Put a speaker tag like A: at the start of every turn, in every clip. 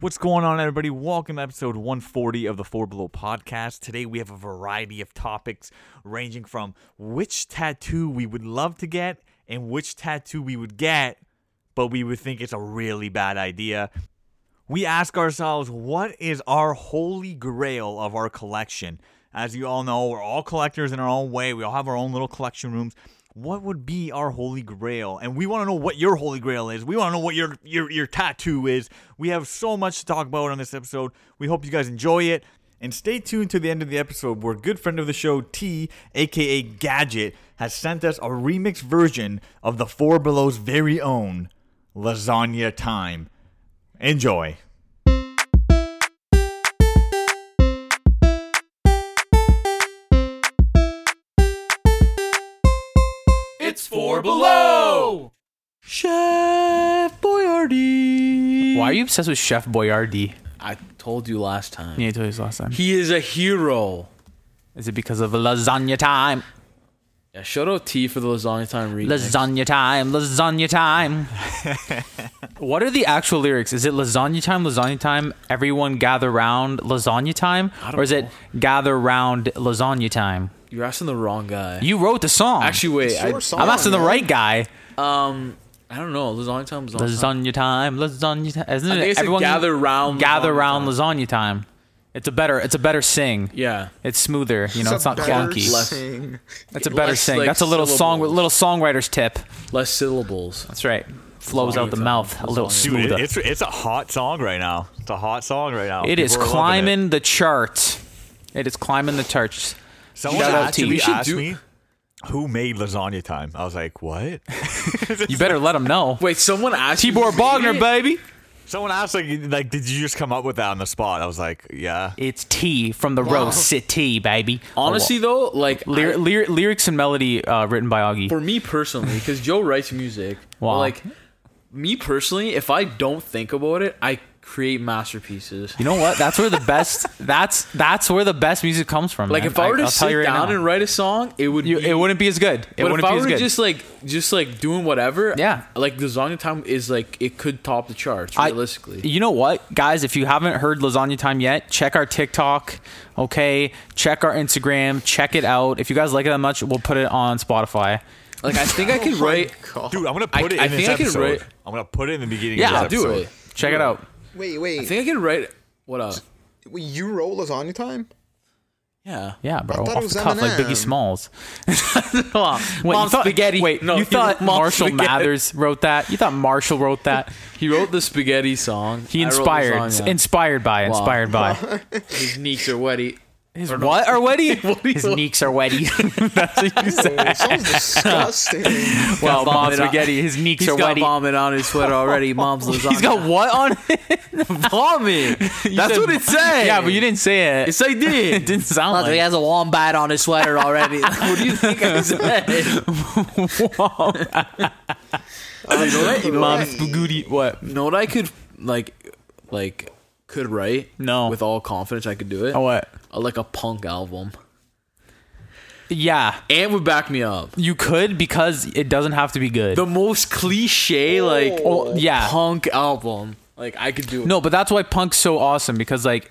A: What's going on, everybody? Welcome to episode 140 of the Four Below podcast. Today we have a variety of topics ranging from which tattoo we would love to get and which tattoo we would get, but we would think it's a really bad idea. We ask ourselves, what is our holy grail of our collection? As you all know, we're all collectors in our own way. We all have our own little collection rooms. What would be our holy grail? And we want to know what your holy grail is. We want to know what your, your your tattoo is. We have so much to talk about on this episode. We hope you guys enjoy it. And stay tuned to the end of the episode where good friend of the show T, aka Gadget, has sent us a remix version of the Four Below's very own Lasagna Time. Enjoy.
B: It's four below.
A: Chef Boyardee.
C: Why are you obsessed with Chef Boyardee?
B: I told you last time.
C: Yeah, I told you this last time.
B: He is a hero.
C: Is it because of lasagna time?
B: Yeah, shout out T for the lasagna time remix.
C: Lasagna time, lasagna time. what are the actual lyrics? Is it lasagna time, lasagna time, everyone gather round, lasagna time?
B: I don't
C: Or is it
B: know.
C: gather round, lasagna time?
B: You're asking the wrong guy.
C: You wrote the song.
B: Actually, wait. I,
C: I'm asking the right guy.
B: um, I don't know. Lasagna time. Lasagna. time.
C: Lasagna time, lasagna time. Isn't
B: I think
C: it
B: it's a
C: everyone
B: gather round,
C: gather
B: lasagna
C: round,
B: time.
C: lasagna time? It's a better, it's a better sing.
B: Yeah.
C: It's smoother, you know. It's, not
D: better
C: clunky.
B: Less-
D: thing.
C: That's a better
B: less,
C: sing.
B: like,
C: That's a little song,
B: syllables.
C: little songwriter's tip.
B: Less syllables.
C: That's right. Flows
B: Long
C: out the
B: time.
C: mouth a
B: That's
C: little
A: Dude, it-
B: long.
C: smoother.
A: it's it's a hot song right now. It's a hot song right now.
C: It is
A: People are loving it.
C: climbing the charts. It is climbing the charts.
A: Someone
C: Shout out to
A: actually
C: you. We
B: should
A: asked
B: do-
A: me who made lasagna time. I was like, what?
C: You better let them know.
B: Wait, someone asked. you
C: Tibor
B: to read
C: Bogner,
B: it?
C: baby.
A: Someone asked like, like, did you just come up with that on the spot? I was like, yeah.
C: It's T from the Rose City, baby.
B: Honestly, though, like
C: Oh, lyr-
B: I-
C: lyr- lyrics and melody uh, written by Augie.
B: for me personally, because Joe writes music.
C: Wow.
B: Like me personally, if I don't think about it, I create masterpieces.
C: You know what? That's where the best. That's that's where the best music comes from.
B: Like
C: man.
B: if I were to
C: I'll tell
B: sit
C: you right
B: down
C: now.
B: and write a song, it would
C: You-
B: be
C: it wouldn't be as good. It
B: But
C: wouldn't
B: if I
C: be as
B: were
C: good.
B: just like just like doing whatever,
C: Yeah.
B: like the Zonga time is like it could top the charts
C: I-
B: realistically.
C: you know what, guys? If you haven't heard Lasagna Time yet, check our TikTok. Okay, check our Instagram. Check it out. If you guys like it that much, we'll put it on Spotify.
B: like I think I could
D: Oh my
B: write.
D: God.
A: Dude, I'm gonna
B: I-
A: put it in
B: I
A: this
B: think I could
A: episode.
B: write-
A: I'm gonna put it in the beginning.
C: Yeah,
B: I'll
A: of this
B: do
A: episode.
B: it.
C: Check it out.
D: Wait, wait.
B: I think I could write. What up?
D: Wait, you wrote lasagna time?
B: Yeah.
C: Yeah, bro.
D: I thought it
C: Off
D: was
C: the cuff, like
D: M&M.
C: Biggie Smalls. wait,
B: Mom
C: you thought,
B: spaghetti.
C: Wait,
B: No,
C: you
B: he
C: thought
B: wrote Mom
C: Marshall
B: spaghetti.
C: Mathers wrote that? You thought Marshall wrote that?
B: He wrote the spaghetti song.
C: He
B: I wrote
C: inspired,
B: lasagna.
C: inspired by,
B: Wow.
C: inspired by.
B: His knees are wetty.
C: His what are wetty?
B: do you
C: His
B: want?
C: neeks are wetty. That's what you said.
D: Oh, sounds disgusting.
C: Well,
B: Got
C: Mom's
B: vomit on-
C: spaghetti. His neeks
B: He's
C: are
B: got
C: wetty.
B: vomit on his sweater already. Mom's lasagna.
C: He's got what on it?
B: vomit. That's
C: said-
B: what it said.
C: Yeah, but you didn't say it.
B: Yes, I
C: it
B: did.
C: didn't sound like
B: has a wombat on his sweater already. what do you think I said? you know that? You know
C: Mom's
D: Right.
C: booty. What?
B: You know what I could like, like could write?
C: No.
B: with all confidence I could do it.
C: Oh, what?
B: Uh, like a punk album.
C: Yeah,
B: Ant would back me up.
C: you could because it doesn't have to be good.
B: The most cliche like
C: Oh, yeah.
B: punk album. Like I could do it.
C: no, but that's why punk's so awesome because like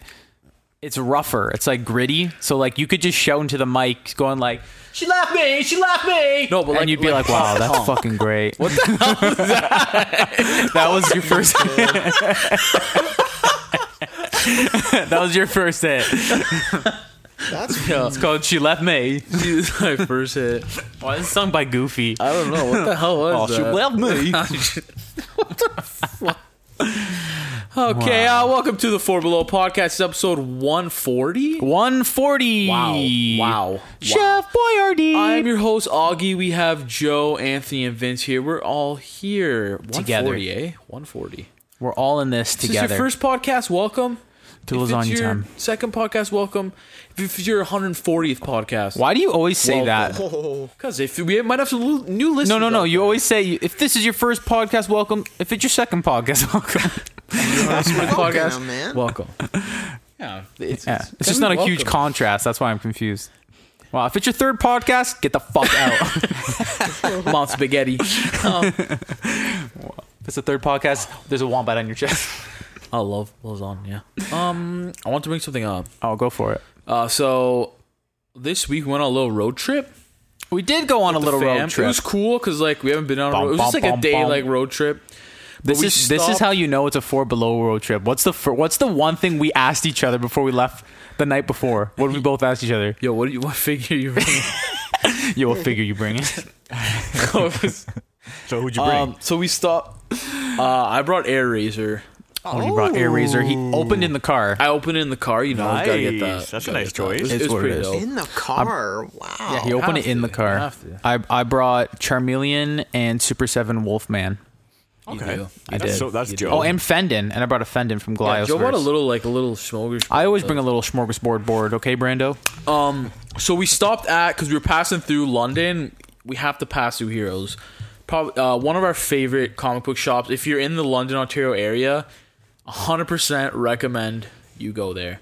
C: it's rougher. It's like gritty. So like you could just shout into the mic, going like,
B: she left me. She left me. No, but
C: and
B: like,
C: you'd be like, wow, that's
B: punk.
C: fucking great. What the hell was that? that was your first. that was your first hit.
D: That's
C: It's called "She Left Me."
B: She's my first hit.
C: Why Oh, is it sung by Goofy?
B: I don't know what the hell
C: Oh,
B: was that.
C: me.
B: okay, uh, welcome to the Four Below podcast, episode one forty.
C: 140.
B: Wow.
C: Chef Boyardee.
B: I am your host Augie. We have Joe, Anthony, and Vince here. We're all here
C: Together.
B: 140, eh? 140.
C: We're all in this
B: This is
C: together.
B: your first podcast. Welcome.
C: to
B: If it's
C: lasagna
B: your
C: time.
B: Second podcast. Welcome. If it's your 140th podcast,
C: Why do you always say that?
D: oh,
B: Because if we might have some lu- new listeners.
C: No, no, no.
B: out
C: You
B: there.
C: always say if this is your first podcast, welcome. If it's your second podcast, welcome.
B: podcast.
D: now, man.
B: Welcome. yeah, it's,
C: Yeah, it's just not a huge
B: welcome.
C: contrast. That's why I'm confused. Wow, if it's your third podcast, get the fuck out. if
B: Mom spaghetti.
C: it's the third podcast, there's a wombat on your chest.
B: I Oh, love lasagna. Um, I want to bring something up.
C: Oh, go for it.
B: Uh, so this week we went on a little road trip.
C: We did go on a little
B: fam.
C: road trip.
B: It was cool because like we haven't been on a
C: Bum,
B: road. It was just
C: bum,
B: like a
C: bum,
B: day
C: bum.
B: like road trip. But
C: This
B: we
C: is this is
B: stopped-
C: how you know it's a four below road trip. What's the fir- what's the one thing we asked each other before we left the night before? What did we both ask each other?
B: Yo, what do you what figure you bringing?
C: Yo, what figure you bringing?
A: So who'd you bring?
B: um, so we stopped. Uh, I brought air razor.
C: oh, he brought air razor. He opened in the car.
B: I opened it in the car. You know, gotta get that.
A: Nice. That's a
B: Gotta
A: nice
B: get that.
A: choice.
B: It's,
C: It's
B: it's
C: what it
B: pretty
C: is.
B: dope.
D: in the car. Wow.
C: Yeah, he opened
B: have
C: it in
B: to.
C: the car.
B: Have to.
C: I I brought Charmeleon and Super Seven Wolfman.
B: Okay.
C: I
A: That's
C: did.
A: So that's Joe.
C: Oh, and Fendon, and I brought a Fendon from
B: Yeah,
C: Glios.
B: Joe brought a little like a little smokers.
C: I always bring a little smorgasbord board. Okay, Brando.
B: Um, so we stopped at because we were passing through London. We have to pass through Heroes, probably uh, one of our favorite comic book shops. If you're in the London, Ontario area, 100% recommend you go there.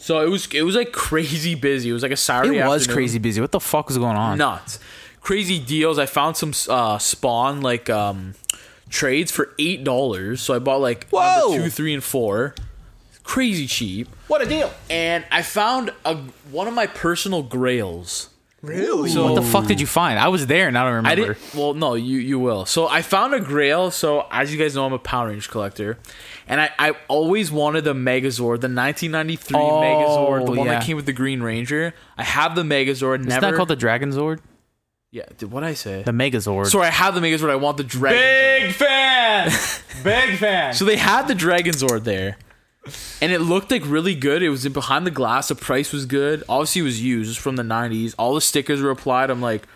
B: So it was it was like crazy busy. It was like a Saturday.
C: It was
B: afternoon.
C: crazy busy. What the fuck was going on?
B: nuts, crazy deals. I found some uh, spawn like um trades for eight dollars. So I bought like
C: Whoa!
B: number two, three, and four. Crazy cheap
C: What a deal!
B: and I found a one of my personal grails.
D: Really?
B: So
C: What the fuck did you find? I was there and I don't remember.
B: I didn't. Well, no, you you will. So I found a grail. So as you guys know, I'm a Power Range collector, and I I always wanted the Megazord, the 1993
C: Oh,
B: Megazord, the one
C: yeah.
B: that came with the Green Ranger. I have the Megazord.
C: Isn't
B: never
C: that called the Dragon Zord?
B: Yeah. Did what I say?
C: The Megazord.
B: Sorry, I have the Megazord. I want the Dragon.
C: Big fan! Big fan!
B: So they had the Dragon Zord there. And it looked like really good. It was behind the glass. The price was good. Obviously, it was used. It was from the 90s. All the stickers were applied. I'm like,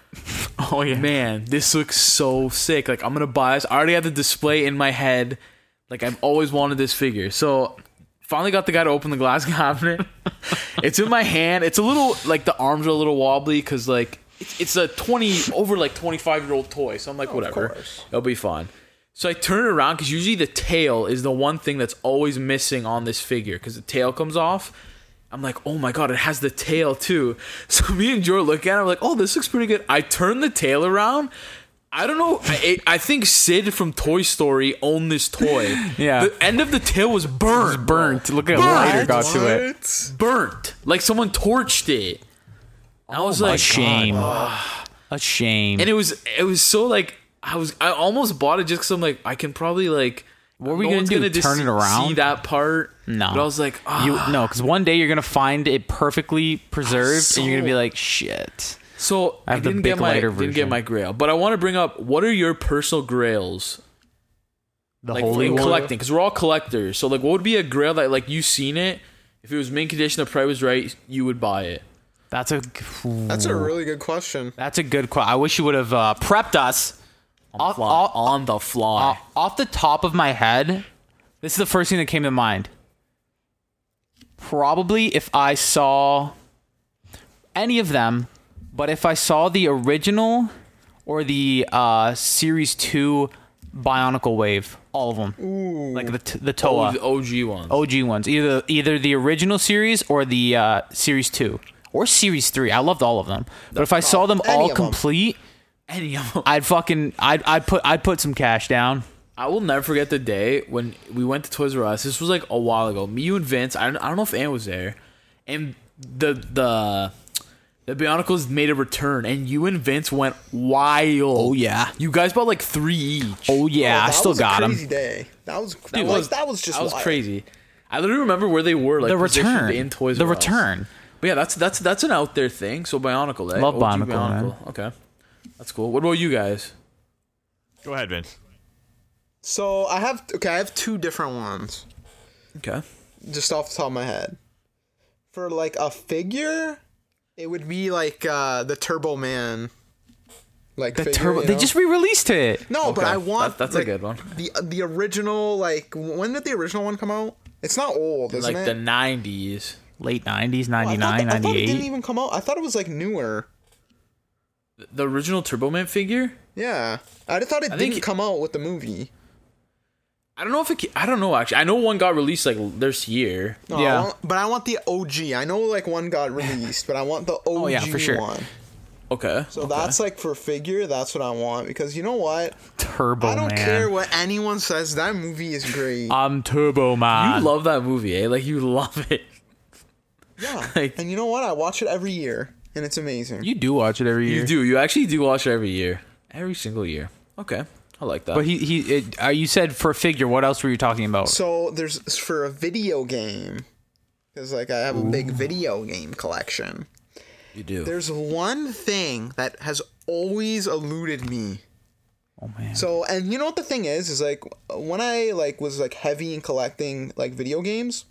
B: oh, yeah. Man, this looks so sick. Like, I'm going to buy this. I already had the display in my head. Like, I've always wanted this figure. So, finally got the guy to open the glass cabinet. it's in my hand. It's a little, like, the arms are a little wobbly because, like, it's, it's a 20, over, like, 25 year old toy. So I'm like, whatever.
D: course.
B: It'll be fine. So I turn it around because usually the tail is the one thing that's always missing on this figure because the tail comes off. I'm like, oh my god, it has the tail too. So me and Joe look at it. I'm like, oh, this looks pretty good. I turn the tail around. I don't know. I, I think Sid from Toy Story owned this toy.
C: Yeah.
B: The end of the tail was burnt.
C: burnt. Look at
B: Burnt.
C: what later got to it.
D: What?
B: Burnt. Like someone torched it. I was
C: A
B: like,
C: shame. A shame.
B: and it was it was so like I was I almost bought it just because I'm like I can probably like what
C: were we gonna do, turn it around?
B: see that part
C: No.
B: but I was like ah.
C: you no, because one day you're gonna find it perfectly preserved, and you're gonna be
D: So-
C: like, "Shit."
B: so I,
C: have the
B: didn't
C: big
B: get my
C: lighter
B: didn't
C: version.
B: get my grail but I want to bring up what are your personal grails
C: The
B: like
C: holy
B: for
C: one.
B: collecting because we're all collectors so like what would be a grail that like you seen it if it was mint condition the price was right you would buy it
C: That's a
D: That's a really good question.
C: that's a good question. I wish you would have uh, prepped us.
B: on,
C: Off,
B: fly,
C: off-
B: on the fly
C: uh, off the top of my head, this is the first thing that came to mind. Probably if I saw any of them, but if I saw the original or the uh, series two Bionicle Wave, all of them, like the t- the
D: Oh,
C: Toa.
B: the OG ones
C: OG ones, either either the original series or the uh, series two or series three. I loved all of them, but if I saw them
D: any of
C: all
D: 'em.
C: complete,
B: any of them
C: I'd fucking I'd I'd put I'd put some cash down.
B: I will never forget the day when we went to Toys R Us. This was like a while ago. Me, you, and Vince. I don't, I don't know if Ann was there, and the the the Bionicles made a return, and you and Vince went wild. Oh
C: yeah.
B: you guys bought like three each.
C: Oh yeah, I
D: That
C: still
D: was a
C: got them.
D: crazy Day. That was that
B: It
D: was that was just
B: that was
D: wild.
B: crazy. I literally remember where they were. Like
C: The
B: positioned
C: return,
B: in Toys
C: the
B: R Us.
C: return.
B: But yeah, that's that's that's an out there thing. So Bionicle, eh?
C: Love
B: OG
C: Bionicle, man.
B: Okay, that's cool. What about you guys?
A: Go ahead, Vince.
D: So I have okay, I have two different ones
B: Okay,
D: just off the top of my head. For like a figure, it would be like uh the Turbo Man. Like
C: The
D: figure,
C: turbo.
D: you
C: They
D: know?
C: just re-released it.
D: no, but
B: Okay,
D: I want
B: that- that's a
D: like,
B: good one.
D: The uh, the original like when did the original one come out? It's not old, isn't
B: like
D: it? Oh,
B: the '90s.
C: Late nineties,
D: I thought
C: 99,
D: that- I thought it didn't
C: 98.
D: even come out. I thought it was like newer.
B: The original Turbo Man figure.
D: Yeah, I thought it
B: I think
D: didn't
B: it-
D: come out with the movie.
B: I don't know if it. ca- I don't know actually. I know one got released like this year.
D: No, I
C: Yeah.
B: Oh,
D: want- but I want the OG. I know like one got released, but I want the OG
C: yeah, for sure.
D: one.
B: Okay.
D: So that's like for figure, that's what I want because you know what?
C: Turbo
B: Oh,
D: I don't
C: Man.
D: care what anyone says. That movie is great.
C: I'm Turbo Man.
B: You love that movie, eh? Like you love it.
D: yeah.
B: like-
D: and you know what? I watch it every year and it's amazing.
C: you do watch it every year.
B: You do. You actually do watch it every year, every single year. Okay, I like that.
C: But he he it, uh, you said for figure. What else were you talking about?
D: so there's it's for a video game because like I have a big video game collection.
B: you do.
D: There's one thing that has always eluded me.
C: oh man.
D: So, and you know what the thing is is like when I like was like heavy in collecting like video games,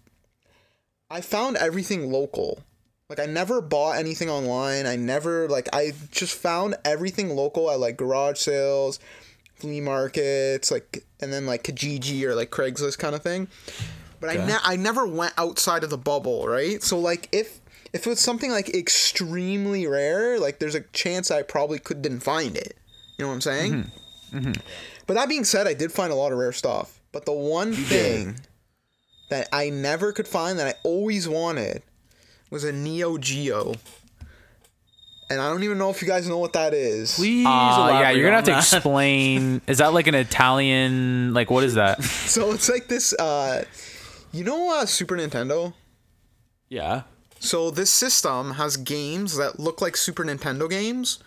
D: I found everything local. Like I never bought anything online. I never like I just found everything local at like garage sales, flea markets, like and then like Kijiji or like Craigslist kind of thing. But I ne- I never went outside of the bubble, right? So like if if it was something like extremely rare, like there's a chance I probably could didn't find it. You know what I'm saying? But that being said, I did find a lot of rare stuff. But the one thing that I never could find that I always wanted was a Neo Geo. And I don't even know if you guys know what that is.
B: Please
C: Uh, yeah,
B: elaborate
C: you're gonna have
B: on
C: to
B: that.
C: explain. Is that like an Italian? Like what is that?
D: So it's like this uh you know uh Super Nintendo?
B: Yeah.
D: So this system has games that look like Super Nintendo games,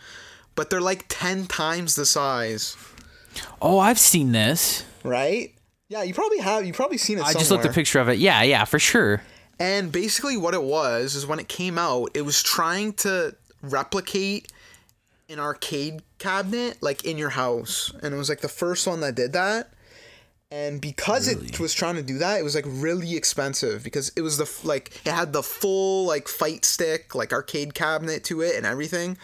D: but they're like 10 times the size,
C: Oh, I've seen this.
D: right? Yeah, you probably have you probably seen it
C: I just looked a
D: somewhere.
C: picture of it. Yeah, yeah, for sure.
D: And basically, what it was is when it came out, it was trying to replicate an arcade cabinet like in your house, and it was like the first one that did that. And because it was trying to do that, it was like really expensive because it was the f- like it had the full like fight stick like arcade cabinet to it and everything,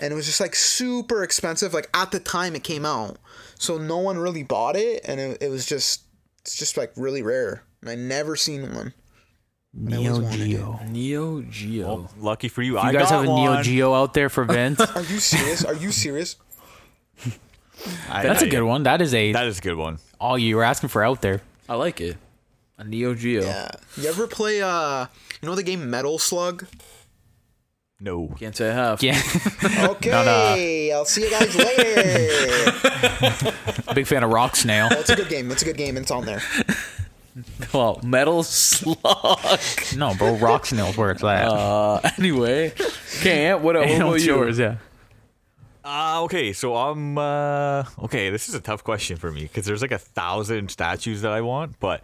D: and it was just like super expensive like at the time it came out, so no one really bought it, and it, it was just it's just like really rare, and I never seen one.
C: Neo Geo.
B: Neo Geo.
A: Lucky for you,
C: You
A: I
C: guys
A: got
C: have a
A: one.
C: Neo Geo out there for Vince?
D: Are you serious? Are you serious?
A: I
C: That's a
A: tell
C: good
A: you,
C: one. That is a
A: That is a good one.
C: all you were asking for out there.
B: I like it. A Neo Geo.
D: Yeah. You ever play uh you know the game Metal Slug?
A: No.
B: Can't say I have.
C: Yeah,
D: Okay. I'll see you guys later.
C: big fan of Rock Snail.
D: That's a good game. That's a good game and it's on there.
B: Well, Metal Slug.
C: No, bro, Rock Snail's where it's at.
B: Uh, anyway, can't. What, what
C: And
B: about
C: it's
B: yours?
C: Yeah.
A: Uh, okay, so I'm uh, okay. This is a tough question for me because there's like a thousand statues that I want, but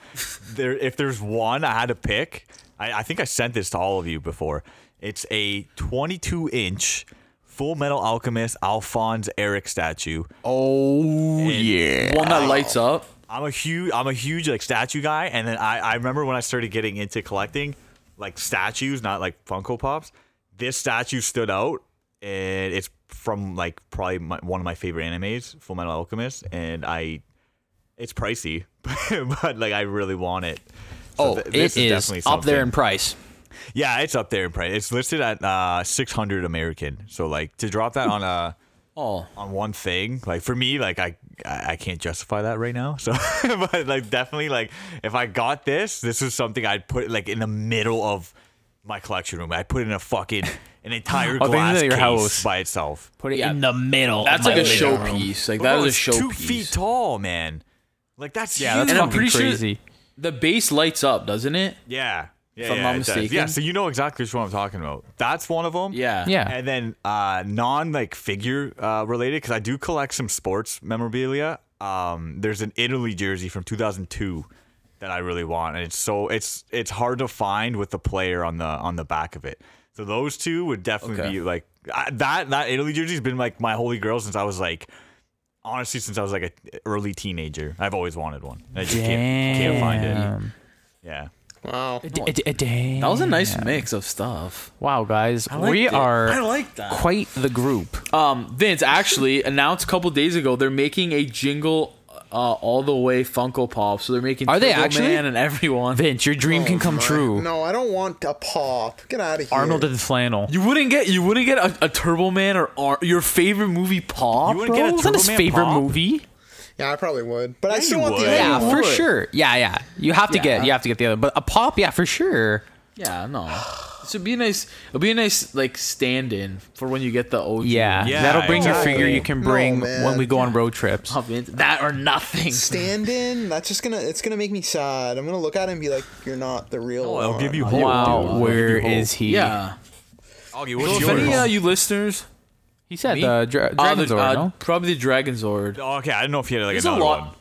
A: there, if there's one I had to pick, I, I think I sent this to all of you before. It's a 22 inch Full Metal Alchemist Alphonse Eric statue.
C: Oh yeah.
B: One that lights up.
A: I'm a huge I'm a huge like statue guy, and then I, I remember when I started getting into collecting like statues, not like Funko Pops. This statue stood out, and it's from like probably my, one of my favorite animes, Full Metal Alchemist, and I it's pricey, but like I really want it. So
C: Oh,
A: th-
C: it is up there in
A: something-
C: price.
A: yeah, it's up there in price. It's listed at uh, 600 American. So like to drop that on a
B: Oh,
A: on one thing. Like for me, like I I I can't justify that right now. So, but like definitely, like if I got this, this is something I'd put like in the middle of my collection room. I'd put it in a fucking an entire
C: Oh, things
A: glass
C: in your
A: case
C: house.
A: by itself.
C: Put it
B: Yeah.
C: in the middle.
B: that's
C: of my
B: like a
C: living room.
B: showpiece. Like that
A: Bro,
B: is a
A: it's two
B: showpiece.
A: feet tall, man. Like that's
C: Yeah,
A: huge.
C: that's
B: And I'm
C: fucking
B: pretty sure-
C: crazy.
B: The base lights up, doesn't it?
A: yeah. Yeah,
B: If I'm
A: yeah,
B: not
A: it does. yeah,
B: mistaken.
A: so you know exactly which one I'm talking about. That's one of them.
B: Yeah.
C: Yeah.
A: And then uh, non like figure uh, related because I do collect some sports memorabilia. Um, there's an Italy jersey from 2002 that I really want, and it's so it's it's hard to find with the player on the on the back of it. So those two would definitely
B: Okay.
A: be like I, that. That Italy jersey's been like my holy grail since I was like honestly since I was like an early teenager. I've always wanted one. I just can't, can't find it.
C: Damn.
A: Yeah.
D: Wow.
C: D- d- damn.
B: That was a nice mix of stuff.
C: Wow, guys, we
B: liked it. I
C: are
B: like that.
C: quite the group.
B: Um, Vince actually announced a couple days ago they're making a jingle uh, all the way Funko Pop. So they're making
C: Are they
B: Turbo
C: actually?
B: Man and everyone.
C: Vince, your dream can come
D: Oh, my-
C: true.
D: No, I don't want a pop. Get out of here.
C: Arnold and flannel.
B: You wouldn't get you wouldn't get a, a Turbo Man or, or your favorite movie Pop.
A: You wouldn't
C: Bro,
A: get a
C: wasn't
A: Turbo
C: his
A: Man
C: favorite
A: pop?
C: movie?
D: Yeah, I probably would. But I still
A: you
D: want
A: would.
D: the
C: Yeah,
D: other one.
C: for
B: would.
C: sure. Yeah, yeah. You have to
B: Yeah.
C: get you have to get the other, but a pop, yeah, for sure.
B: yeah, no. So it'd be a nice. It'd be a nice like stand-in for when you get the OG.
C: Yeah,
A: Yeah,
C: that'll bring
A: exactly.
C: your figure you can
D: No,
C: bring
D: man.
C: when we go on road trips.
B: Of it. Oh, That or nothing.
D: Stand in. That's just gonna. It's gonna make me sad. I'm gonna look at it and be like, "You're not the real."
A: Oh, I'll
D: one."
A: give you hope. dude.
C: Wow,
A: I'll
C: where
A: give you hope.
C: is he?
B: Yeah.
A: Augie,
B: So
A: what's
B: if any uh,
A: yours?
B: you listeners,
C: he said
B: Me?
C: the dra-
B: uh,
C: Dragon's
B: the-
C: Order,
B: uh,
C: no?
B: probably the Dragon Zord.
A: Oh, okay, I didn't know if you had like
B: uh, There's a
A: another
B: lot.
A: one.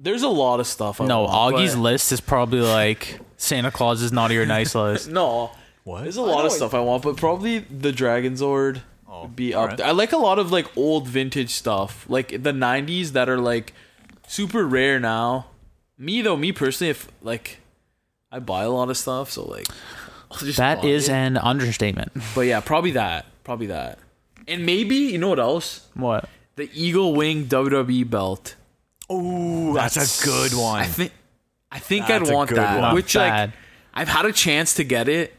B: There's a lot of stuff. I
C: No,
B: want,
C: Augie's
B: but-
C: list is probably like Santa Claus's naughty or nice list.
B: No.
A: What?
B: There's a lot of
D: know it-
B: stuff I want, but probably the Dragon Zord would be up
A: alright.
B: there. I like a lot of like old vintage stuff, like the '90s that are like super rare now. Me though, me personally, if like I buy a lot of stuff, so like I'll just
C: That
B: buy
C: is
B: it.
C: an understatement.
B: But yeah, probably that, probably that, and maybe you know what else?
C: What?
B: The Eagle Wing WWE belt.
A: Ooh, that's, a good one.
B: I think I think
A: That's
B: I'd
A: a
B: want
A: good
B: that.
A: one.
B: Which
C: Bad.
B: like I've had a chance to get it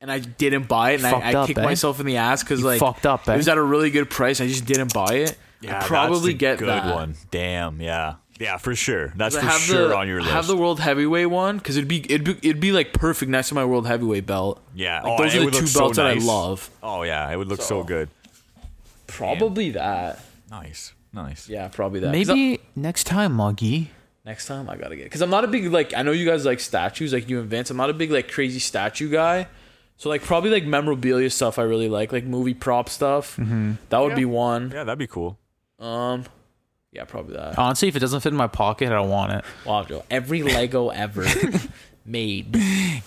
B: and I didn't buy it and
C: Fucked
B: I, I
C: up,
B: kicked
C: eh?
B: myself in the ass because
C: You
B: like
C: fucked up, eh?
B: it was at a really good price. I just didn't buy it.
A: yeah,
B: I
A: that's
B: probably
A: a
B: get
A: good
B: that.
A: one. Damn, yeah, yeah, for sure. That's
B: I
A: for
B: have
A: sure
B: the,
A: on your
B: I
A: list.
B: have the world heavyweight one because it'd be it'd be it'd be like perfect next to my world heavyweight belt.
A: yeah,
B: like,
A: oh,
B: those
A: it
B: are the
A: would look
B: two
A: so
B: belts that I
A: nice.
B: love.
A: Oh yeah, it would look so,
B: So-
A: good.
B: Probably that.
A: Nice, nice.
B: Yeah, probably that. 'Cause I-
C: Maybe next time, Augie.
B: next time I gotta get because I'm not a big like I know you guys like statues like you and Vince. I'm not a big like crazy statue guy. So like probably like memorabilia stuff I really like like movie prop stuff. That would be one.
A: Yeah, that'd be cool.
B: Um, yeah, probably that.
C: Honestly, if it doesn't fit in my pocket, I don't want it.
B: Wow, Joe, every Lego ever made.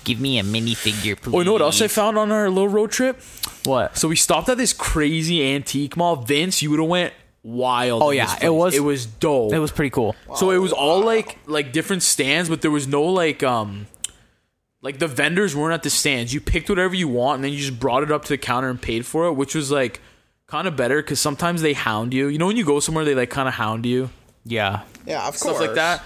C: Give me a minifigure, please.
B: Oh, you know what else I found on our little road trip?
C: What?
B: So we stopped at this crazy antique mall. Vince, you would have went wild.
C: Oh,
B: in
C: yeah,
B: this
C: it
B: place.
C: was-
B: it was dope.
C: It was pretty cool.
B: So it was all like like different stands, but there was no like um like the vendors weren't at the stands. You picked whatever you want, and then you just brought it up to the counter and paid for it, which was like kind of better because sometimes they hound you. You know when you go somewhere, they like kind of hound you,
C: Yeah,
D: Yeah, of course.
B: stuff like that.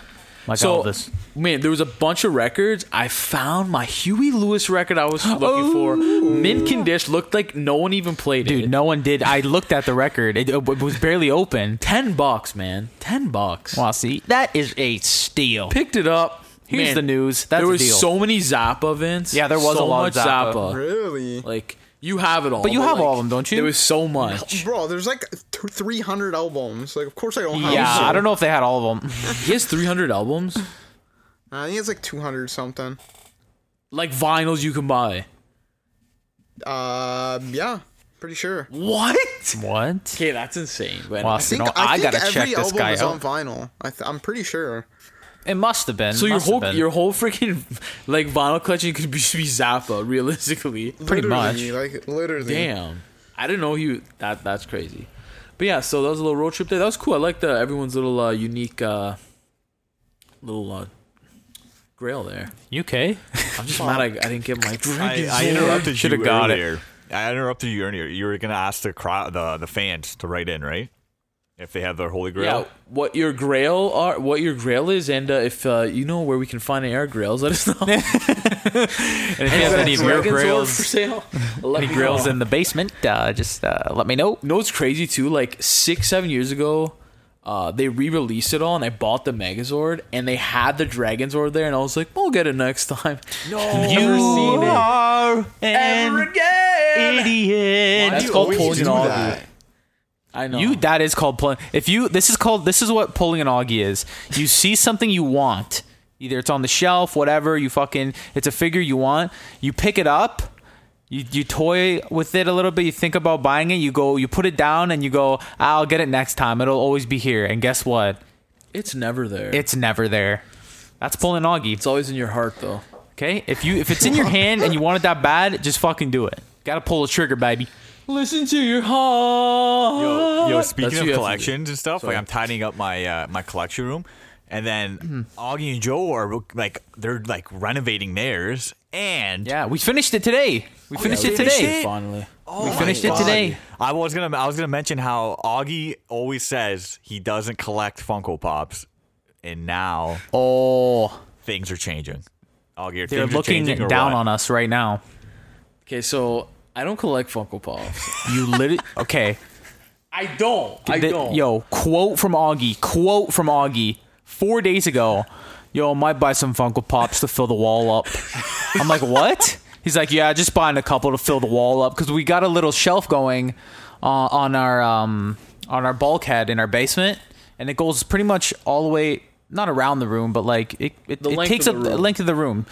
C: like
B: so
C: Elvis.
B: man, there was a bunch of records. I found my Huey Lewis record I was looking for. Mint condition looked like no one even played it.
C: Dude, no one did. I looked at the record. It, it was barely open.
B: ten bucks, man, ten bucks.
C: Well, see, that is a steal.
B: Picked it up.
C: Here's the news. That's
B: there
C: a
B: was
C: deal.
B: so many Zappa events.
C: Yeah, there was
B: so
C: a lot
B: much
C: of Zappa.
D: Really,
B: Like you have it all,
C: But you have
B: like,
C: all of them, don't you?
B: There was so much.
D: bro. There's like three hundred albums. Like, of course I don't have.
C: Yeah,
D: them.
C: I don't know if they had all of them.
B: He has 300 albums,
D: I think it's like two hundred something.
B: like vinyls you can buy.
D: Uh, yeah, pretty sure.
B: What?
C: what?
B: Okay, that's insane. But
C: Wow.
D: I think
C: You know, I
D: I, think
C: gotta check
D: every
C: this
D: album
C: guy
D: is
C: out.
D: on vinyl. I th- I'm pretty sure.
C: It must have been.
B: so your
C: must have
B: whole
C: been.
B: your whole freaking like vinyl collection could be, should be Zappa, realistically.
C: Pretty
D: Literally, Like literally.
B: Damn, I didn't know you. That that's crazy. But yeah, so that was a little road trip there. That was cool. I like the everyone's little uh, unique uh, little uh, grail there.
C: You okay?
B: I'm just mad I, I didn't get my
A: I,
B: drink.
A: I interrupted
C: Shoulda
A: you
C: got it.
A: earlier. I interrupted you earlier. You were gonna ask the crowd, the the fans to write in, right? If they have their holy grail.
B: Yeah, what your grail are, what your grail is, and uh, if uh, you know where we can find our grails, let us know. and if you have
C: any weird grails-
B: for sale, let me
C: Grills
B: know.
C: in the basement. Uh, just uh, let me know.
B: You know what's crazy too? Like six, seven years ago, uh, they re-released it all, and I bought the Megazord, and they had the Dragonzord there, and I was like, we'll get it next time. No, never seen it
C: are
B: ever again.
C: idiot.
B: That's
D: do you
B: called
D: always
B: pulling an
D: do
B: Augie.
D: that?
B: I know.
A: Oh.
C: You that is called pulling. If you this is called this is what pulling an Augie is. You see something you want, either it's on the shelf, whatever. You fucking it's a figure you want. You pick it up. You, you toy with it a little bit. You think about buying it. You go. You put it down and you go. I'll get it next time. It'll always be here. And guess what?
B: it's never there.
C: It's never there. That's pulling an Augie.
B: it's always in your heart, though.
C: Okay. If you if it's in your hand and you want it that bad, just fucking do it. Gotta pull the trigger, baby.
B: Listen to your heart.
A: Yo, yo,
B: That's
A: speaking
B: you have
A: of
B: to
A: collections and stuff,
B: Sorry.
A: like I'm tidying up my uh, my collection room, and then
C: Mm-hmm.
A: Augie and Joe are like they're like renovating theirs, and
C: Yeah, we finished it today. We finished
A: Oh, we finished
C: it today.
A: it?
B: Finally.
A: Oh
C: We
A: my
C: finished it
A: God.
C: today.
A: I was gonna I was gonna mention how Augie always says he doesn't collect Funko Pops, and now
C: Oh,
A: things are changing. Augie, are
C: they're
A: things are
C: looking
A: changing or
C: down
A: what?
C: on us right now.
B: Okay, so I don't collect Funko Pops.
C: You literally okay?
B: I don't. I
C: Th-
B: don't.
C: Yo, quote from Augie. Quote from Augie. Four days ago, yo, I might buy some Funko Pops to fill the wall up. I'm like, what? He's like, yeah, just buying a couple to fill the wall up because we got a little shelf going uh, on our um, on our bulkhead in our basement, and it goes pretty much all the way not around the room, but like it it,
B: The
C: it
B: length
C: takes
B: of
C: up
B: the
C: the
B: room.
C: length of the room.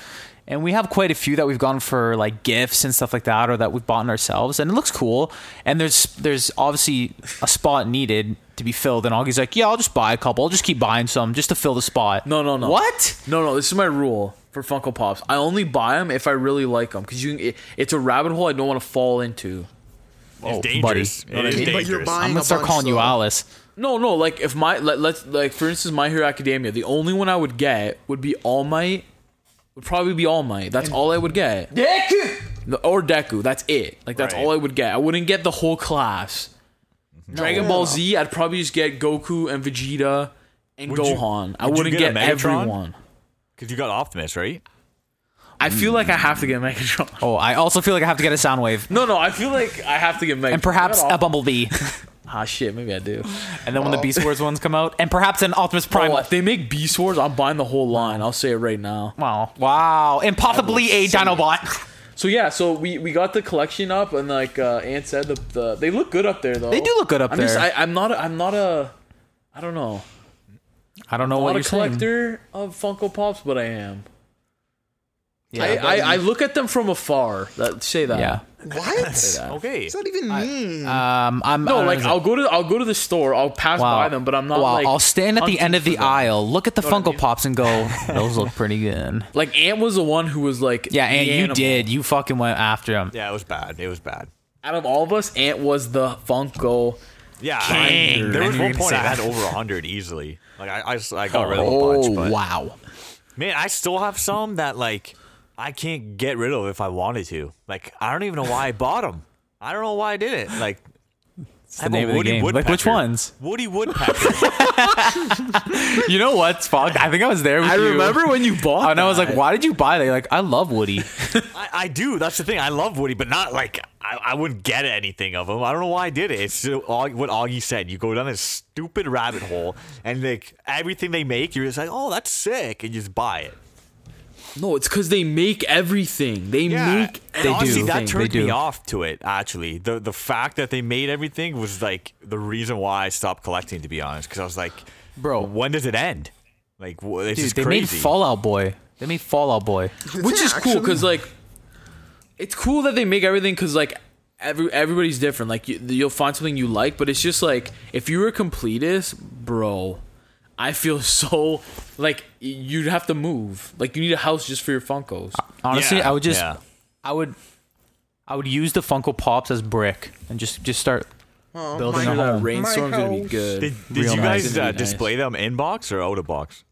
C: And we have quite a few that we've gone for like gifts and stuff like that, or that we've bought ourselves, and it looks cool. And there's there's obviously a spot needed to be filled, and Augie's like, "Yeah, I'll just buy a couple. I'll just keep buying some just to fill the spot."
B: No, no, no.
C: What?
B: No, no. This is my rule for Funko Pops. I only buy them if I really like them because you. It, it's a rabbit hole I don't want to fall into.
A: It's
C: oh, buddy.
A: dangerous.
C: You know what
A: It
C: I
A: is
C: mean?
D: But you're
A: dangerous.
D: buying-
C: I'm gonna
D: a
C: start
D: bunch,
C: calling you
D: though.
C: Alice.
B: No, no. Like if my let, let's like for instance my Hero Academia, the only one I would get would be All Might. Would probably be All Might. That's all I would get. Deku or Deku. That's it. Like that's
A: Right.
B: all I would get. I wouldn't get the whole class. Dragon
D: No.
B: Ball Z. I'd probably just get Goku and Vegeta and
A: Would you-
B: Gohan. I
A: would you
B: wouldn't
A: get a
B: get,
A: Megatron?
B: everyone.
A: Because you got Optimus, right?
B: I feel like I have to get Megatron.
C: Oh, I also feel like I have to get a sound wave.
B: No, no, I feel like I have to get Megatron.
C: And perhaps
B: Not all-
C: a bumblebee.
B: Ah, shit, maybe I do.
C: and then when the Beast Wars ones come out, and perhaps an Optimus Prime.
B: Oh, if they make Beast Wars, I'm buying the whole line. I'll say it right now.
C: wow. Wow. And possibly a Dinobot.
B: So yeah, so we, we got the collection up, and like uh, Ant said, the, the they look good up there though.
C: They do look good up
B: I'm
C: there.
B: Just, I, I'm not. A, I'm not a. I don't know.
C: I don't know
B: Not
C: what
B: a
C: you're saying.
B: collector of Funko Pops, but I am.
D: Yeah,
B: I, I,
D: but-
B: I look at them from afar. That, say that.
C: Yeah.
D: what? What's
A: Okay.
D: that even mean?
C: Um, I'm
B: No,
C: I'm-
B: like I'll go to I'll go to the store. I'll pass
C: wow.
B: by them, but I'm not.
C: Wow.
B: like,
C: I'll stand at the
B: hunting
C: end of
B: for
C: the
B: them.
C: aisle, look at the
B: what I
C: Funko
B: mean?
C: Pops, and go, "Those look pretty good."
B: Like Ant was the one who was like,
C: Yeah, and
B: the
C: you
B: animal.
C: did. You fucking went after him.
A: Yeah, it was bad. It was bad.
B: Out of all of us, Ant was the Funko.
A: Yeah,
B: King.
A: I, there
B: I
A: was
B: knew you were
A: one
B: gonna
A: point
B: say
A: I had
B: that.
A: over hundred easily. Like I, I, s- I got rid of a bunch,
C: Oh
A: but
C: wow.
A: man, I still have some that like I can't get rid of if I wanted to. Like I don't even know why I bought them. I don't know why I did it. Like it's
C: the name of the game. Like, which ones?
A: Woody Woodpecker.
C: You know what, Fogg? I think I was there with you.
B: when you bought.
C: And I was like, "Why did you buy that?" You're like, I love Woody.
A: I, I do. That's the thing. I love Woody, but not like I, I wouldn't get anything of him. I don't know why I did it. It's just all, what Augie said. You go down this stupid rabbit hole, and like everything they make, you're just like, oh, that's sick, and you just buy it.
B: No, it's because they make everything. They make.
A: and
C: They
A: honestly,
C: do.
A: that
C: They
A: turned
C: do.
A: me off to it. Actually, the the fact that they made everything was like the reason why I stopped collecting. To be honest, because I was like,
C: Bro.
A: when does it end? Like, wh- this
C: Dude,
A: is
C: they
A: crazy.
C: made Fallout Boy. They made Fallout Boy.
B: which is cool
D: actually-
B: because
C: uh,
B: like, it's cool that they make everything because like every everybody's different. Like you, you'll find something you like, but it's just like if you were a completist, bro. I feel so like you'd have to move. Like you need a house just for your Funkos.
C: Honestly,
A: Yeah,
C: I would just,
A: yeah.
C: I would, I would use the Funko Pops as brick and just just start
D: Oh,
C: building
D: my-
C: a home.
B: Rainstorm's
D: My
B: gonna be
D: house.
B: good.
A: Did, did
C: Real
A: you
C: nice.
A: guys
B: It'd be
A: uh,
B: nice.
A: display them in box or out of box?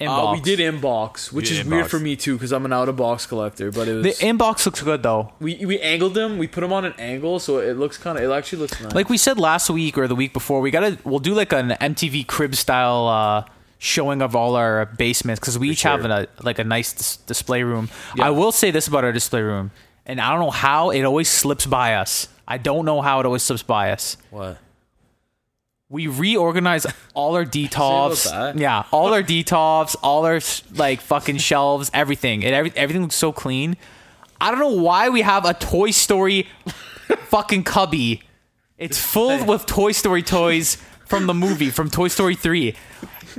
B: Uh, we
C: Inbox.
B: did inbox, which
A: did
B: is weird
A: inbox.
B: for me too because I'm an out of box collector. But it was
C: The inbox looks good though.
B: we we angled them, we put them on an angle, so it looks kind of it actually looks nice.
C: Like we said last week or the week before, we gotta we'll do like an MTV crib style uh, showing of all our basements because we each have
B: sure.
C: a like a nice dis- display room.
B: Yeah.
C: I will say this about our display room, and I don't know how it always slips by us. I don't know how it always slips by us.
B: what?
C: we reorganize all our
B: that.
C: detofs. Yeah, all our detofs, all our like fucking shelves, everything. It every, everything looks so clean. I don't know why we have a Toy Story fucking cubby. It's full with Toy Story toys from the movie, from Toy Story 3.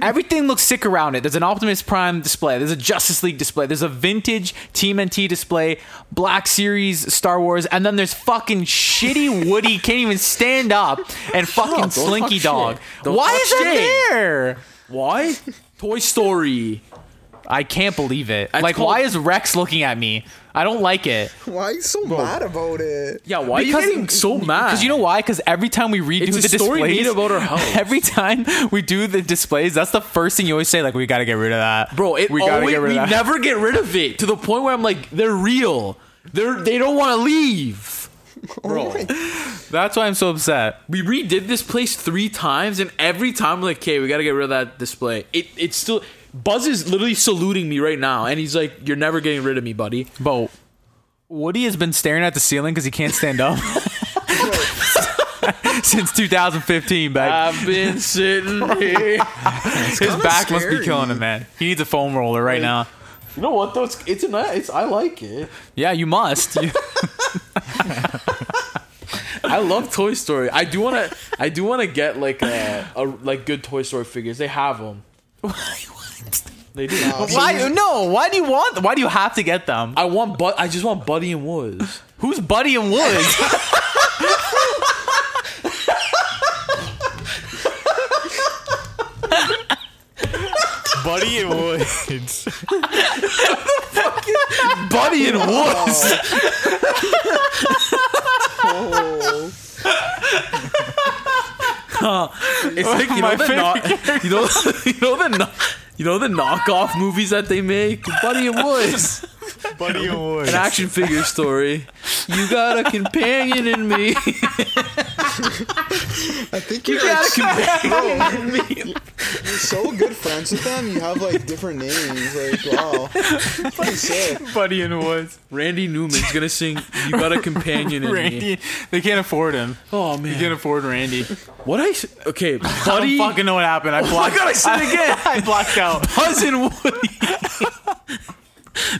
C: Everything looks sick around it. There's an Optimus Prime display. There's a Justice League display. There's a vintage TMNT display, Black Series, Star Wars, and then there's fucking shitty Woody can't even stand up and fucking
B: up, don't
C: Slinky
B: talk
C: Dog.
B: shit. Don't
C: Why
B: talk
C: is that
B: shit.
C: there?
B: Why? Toy Story.
C: I can't believe it.
B: That's
C: like,
B: called-
C: why is Rex looking at me? I don't like it.
D: Why are you so mad about it?
B: Yeah, why are you getting so mad?
C: Because you know why? Because every time we redo
B: It's a
C: the
B: story
C: displays,
B: made about our house.
C: every time we do the displays, that's the first thing you always say. Like, we got to get rid of that,
B: bro, it
C: we
B: we
C: gotta
B: always,
C: get rid
B: we
C: of that.
B: never get rid of it to the point where I'm like, they're real. They're they don't want to leave. Bro,
C: that's why I'm so upset.
B: we redid this place three times, and every time we're like, okay, we gotta get rid of that display. It it's still Buzz is literally saluting me right now, and he's like, "You're never getting rid of me, buddy."
C: But Woody has been staring at the ceiling because he can't stand up since 2015. Back
B: I've been sitting here.
C: his
D: kinda
C: back must be
D: scary.
C: killing him, man. He needs a foam roller right now.
B: You know what though? It's it's, a, ni- it's I like it.
C: Yeah, you must. You-
B: I love Toy Story. I do wanna I do wanna get like a, a like good Toy Story figures. They have them. They do.
C: why? No. Why do you want? Why do you have to get them?
B: I want but I just want Buddy and Woods.
C: Who's Buddy and Woods?
A: Buddy and Woods.
B: Buddy and Woods.
D: Oh,
B: It's like you know,
C: My
B: the
C: favorite
B: knock, you know you know the kno- you know the knockoff movies that they make. Buddy and Woods,
A: Buddy and Woods.
B: an action figure story. You got a companion in me.
D: I think you're, like,
B: got a companion in me.
D: you're so good friends with them. You have like different names. Like wow, pretty sick.
C: Buddy and Woods.
B: Randy Newman's gonna sing "You Got a Companion in Me."
C: Randy. They can't afford him.
B: Oh
C: They
B: man,
C: can't afford Randy.
B: what I s- okay,
C: I
B: buddy,
C: don't fucking know what happened. Oh I blocked.
B: God, I said it again.
C: I blocked out.
B: cousin Woody,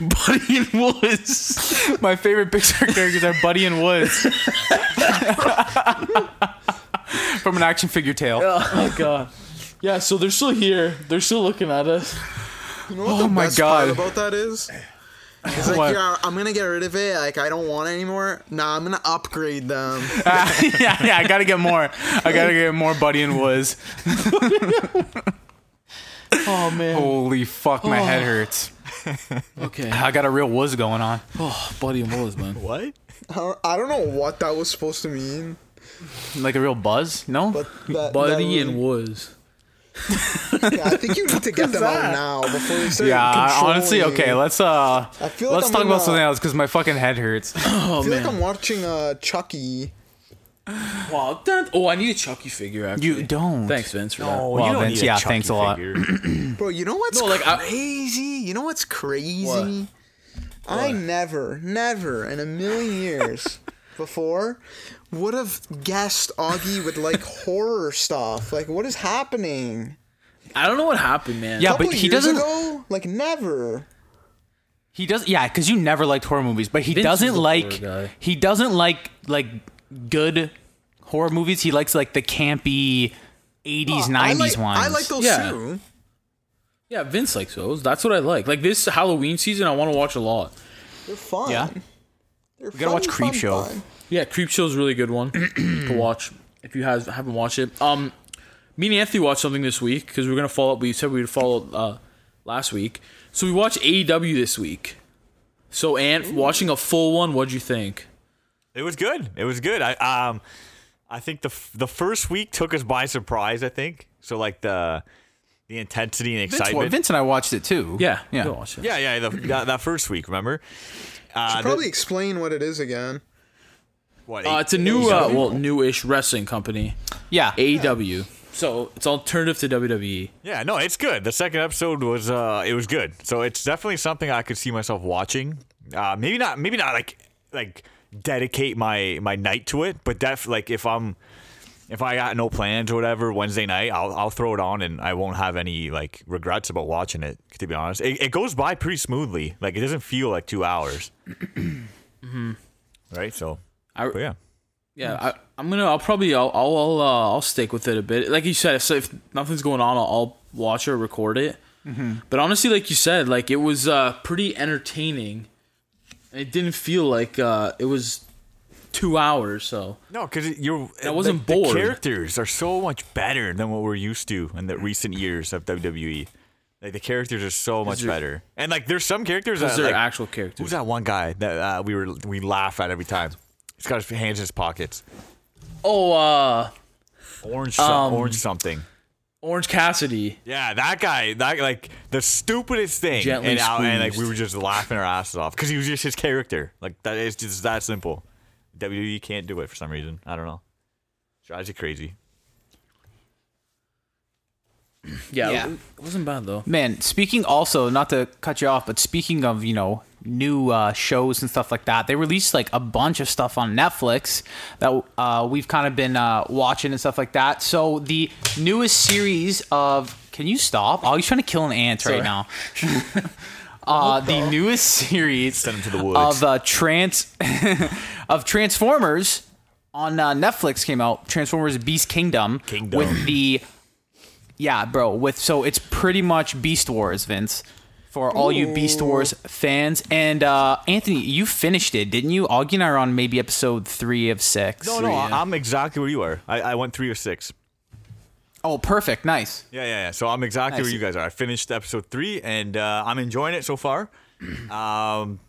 B: Buddy and Woods.
C: My favorite Pixar characters are Buddy and Woods. From an action figure tale.
B: Oh god, yeah. So they're still here. They're still looking at us.
D: You know what the
C: Oh my
D: best part
C: God.
D: about that is? It's
C: What?
D: like, yeah, I'm gonna get rid of it. Like, I don't want it anymore. Nah, I'm gonna upgrade them.
C: yeah, yeah, I gotta get more. I gotta get more Buddy and Wooz.
B: Oh man.
C: Holy fuck, my head hurts.
B: Okay.
C: I got a real Wooz going on.
B: Oh, Buddy and Woods, man.
A: What?
D: I don't- I don't know what that was supposed to mean,
C: Like a real buzz? No?
D: but that, that
B: Buddy
D: really-
B: and Woods.
D: yeah, I think you need to get them out now before you start.
C: yeah, I- honestly,
D: controlling.
C: okay, let's uh
D: I feel like
C: let's
D: I'm
C: talk
D: in
C: about
D: a-
C: something else because my fucking head hurts.
B: Oh
D: I feel like
B: man.
D: I'm watching uh Chucky.
B: Wow. That, oh, I need a Chucky figure. Actually.
C: You don't.
B: Thanks, Vince. For
A: Oh,
B: that.
C: Well,
A: you don't
C: Vince,
A: need a
C: yeah,
A: Chucky
C: thanks a lot.
A: figure.
D: Bro, you know what's
B: No, like, I-
D: crazy? you know what's crazy? I never, never in a million years before would have guessed Augie with like horror stuff. Like, what is happening?
B: I don't know what happened, man.
C: Yeah,
D: Couple
C: but he
D: years
C: doesn't.
D: Ago, like, never.
C: He does. Yeah, because you never liked horror movies, but he
B: Vince
C: doesn't
B: is the
C: like.
B: horror guy.
C: He doesn't like like good horror movies. He likes like the campy. 80s, 90s
D: I like,
C: ones.
D: I like those
B: Yeah.
D: too.
B: Yeah, Vince likes those. That's what I like. Like this Halloween season, I want to watch a lot.
D: They're fun.
C: Yeah.
D: They're we
C: gotta watch Creepshow.
B: Yeah, Creepshow's a really good one to watch if you has, haven't watched it. Um, me and Anthony watched something this week because we're gonna follow up. We said we would follow up uh, last week, so we watched AEW this week. So, Ant, watching a full one, what'd you think?
A: It was good. It was good. I um, I think the f- the first week took us by surprise. I think so. Like the the intensity and
C: Vince,
A: excitement.
C: Vince and I watched it too.
B: Yeah,
C: yeah.
B: go watch it.
A: yeah, yeah. The, that, that first week, remember? Uh, the-
D: Probably explain what it is again.
A: what?
B: Uh,
A: eight-
B: it's a new, uh, well, newish wrestling company,
C: Yeah.
B: AEW. So it's alternative to E. WWE.
A: yeah, no, it's good. The second episode was uh, it was good. So it's definitely something I could see myself watching. Uh, maybe not. Maybe not like like dedicate my my night to it, but def like if I'm if I got no plans or whatever Wednesday night, I'll I'll throw it on and I won't have any like regrets about watching it. To be honest, it, it goes by pretty smoothly. Like it doesn't feel like two hours. Right. So.
B: Mm-hmm. I-
A: but yeah.
B: Yeah, I, I'm gonna. I'll probably. I'll. I'll. I'll, uh, I'll stick with it a bit. Like you said, if, if nothing's going on, I'll, I'll watch or record it. But honestly, like you said, like it was uh, pretty entertaining. And It didn't feel like uh, it was two hours. So
A: No, because you're. I
B: wasn't
A: the, The
B: bored.
A: characters are so much better than what we're used to in the recent years of WWE. Like the characters are so much
B: they're-
A: better, and like there's some characters
B: those
A: that
B: are
A: like,
B: actual
A: who's
B: characters.
A: that one guy that uh, we were we laugh at every time. He's got his hands in his pockets.
B: Oh, uh,
A: Orange, so-
B: Um,
A: orange something.
B: Orange Cassidy.
A: Yeah, that guy, that like the stupidest thing,
B: Gently
A: and, I- and like we
B: squeezed.
A: were just laughing our asses off because he was just his character. Like that is just that simple. WWE can't do it for some reason. I don't know. Drives you crazy.
B: Yeah,
C: Yeah.
B: It, it wasn't bad though.
C: Man, speaking also, not to cut you off, but speaking of, you know, new uh, shows and stuff like that, they released like a bunch of stuff on Netflix that uh, we've kind of been uh, watching and stuff like that. So the newest series of. Can you stop? Oh, he's trying to kill an ant right now. uh, the newest series
A: Send 'em to the
B: Um,
A: woods.
C: of uh, trans of Transformers on uh, Netflix came out. Transformers: Beast Kingdom,
A: Kingdom.
C: with the yeah, bro. With so it's pretty much Beast Wars, Vince. For all you Beast Wars fans, and uh, Anthony, you finished it, didn't you? Augie and I are on maybe episode three of six.
A: no, no, I- I'm exactly where you are. I, I went three or six.
C: Oh, perfect, nice.
A: Yeah, yeah, yeah. So I'm exactly where
C: Nice.
A: you guys are. I finished episode three, and uh, I'm enjoying it so far. Um,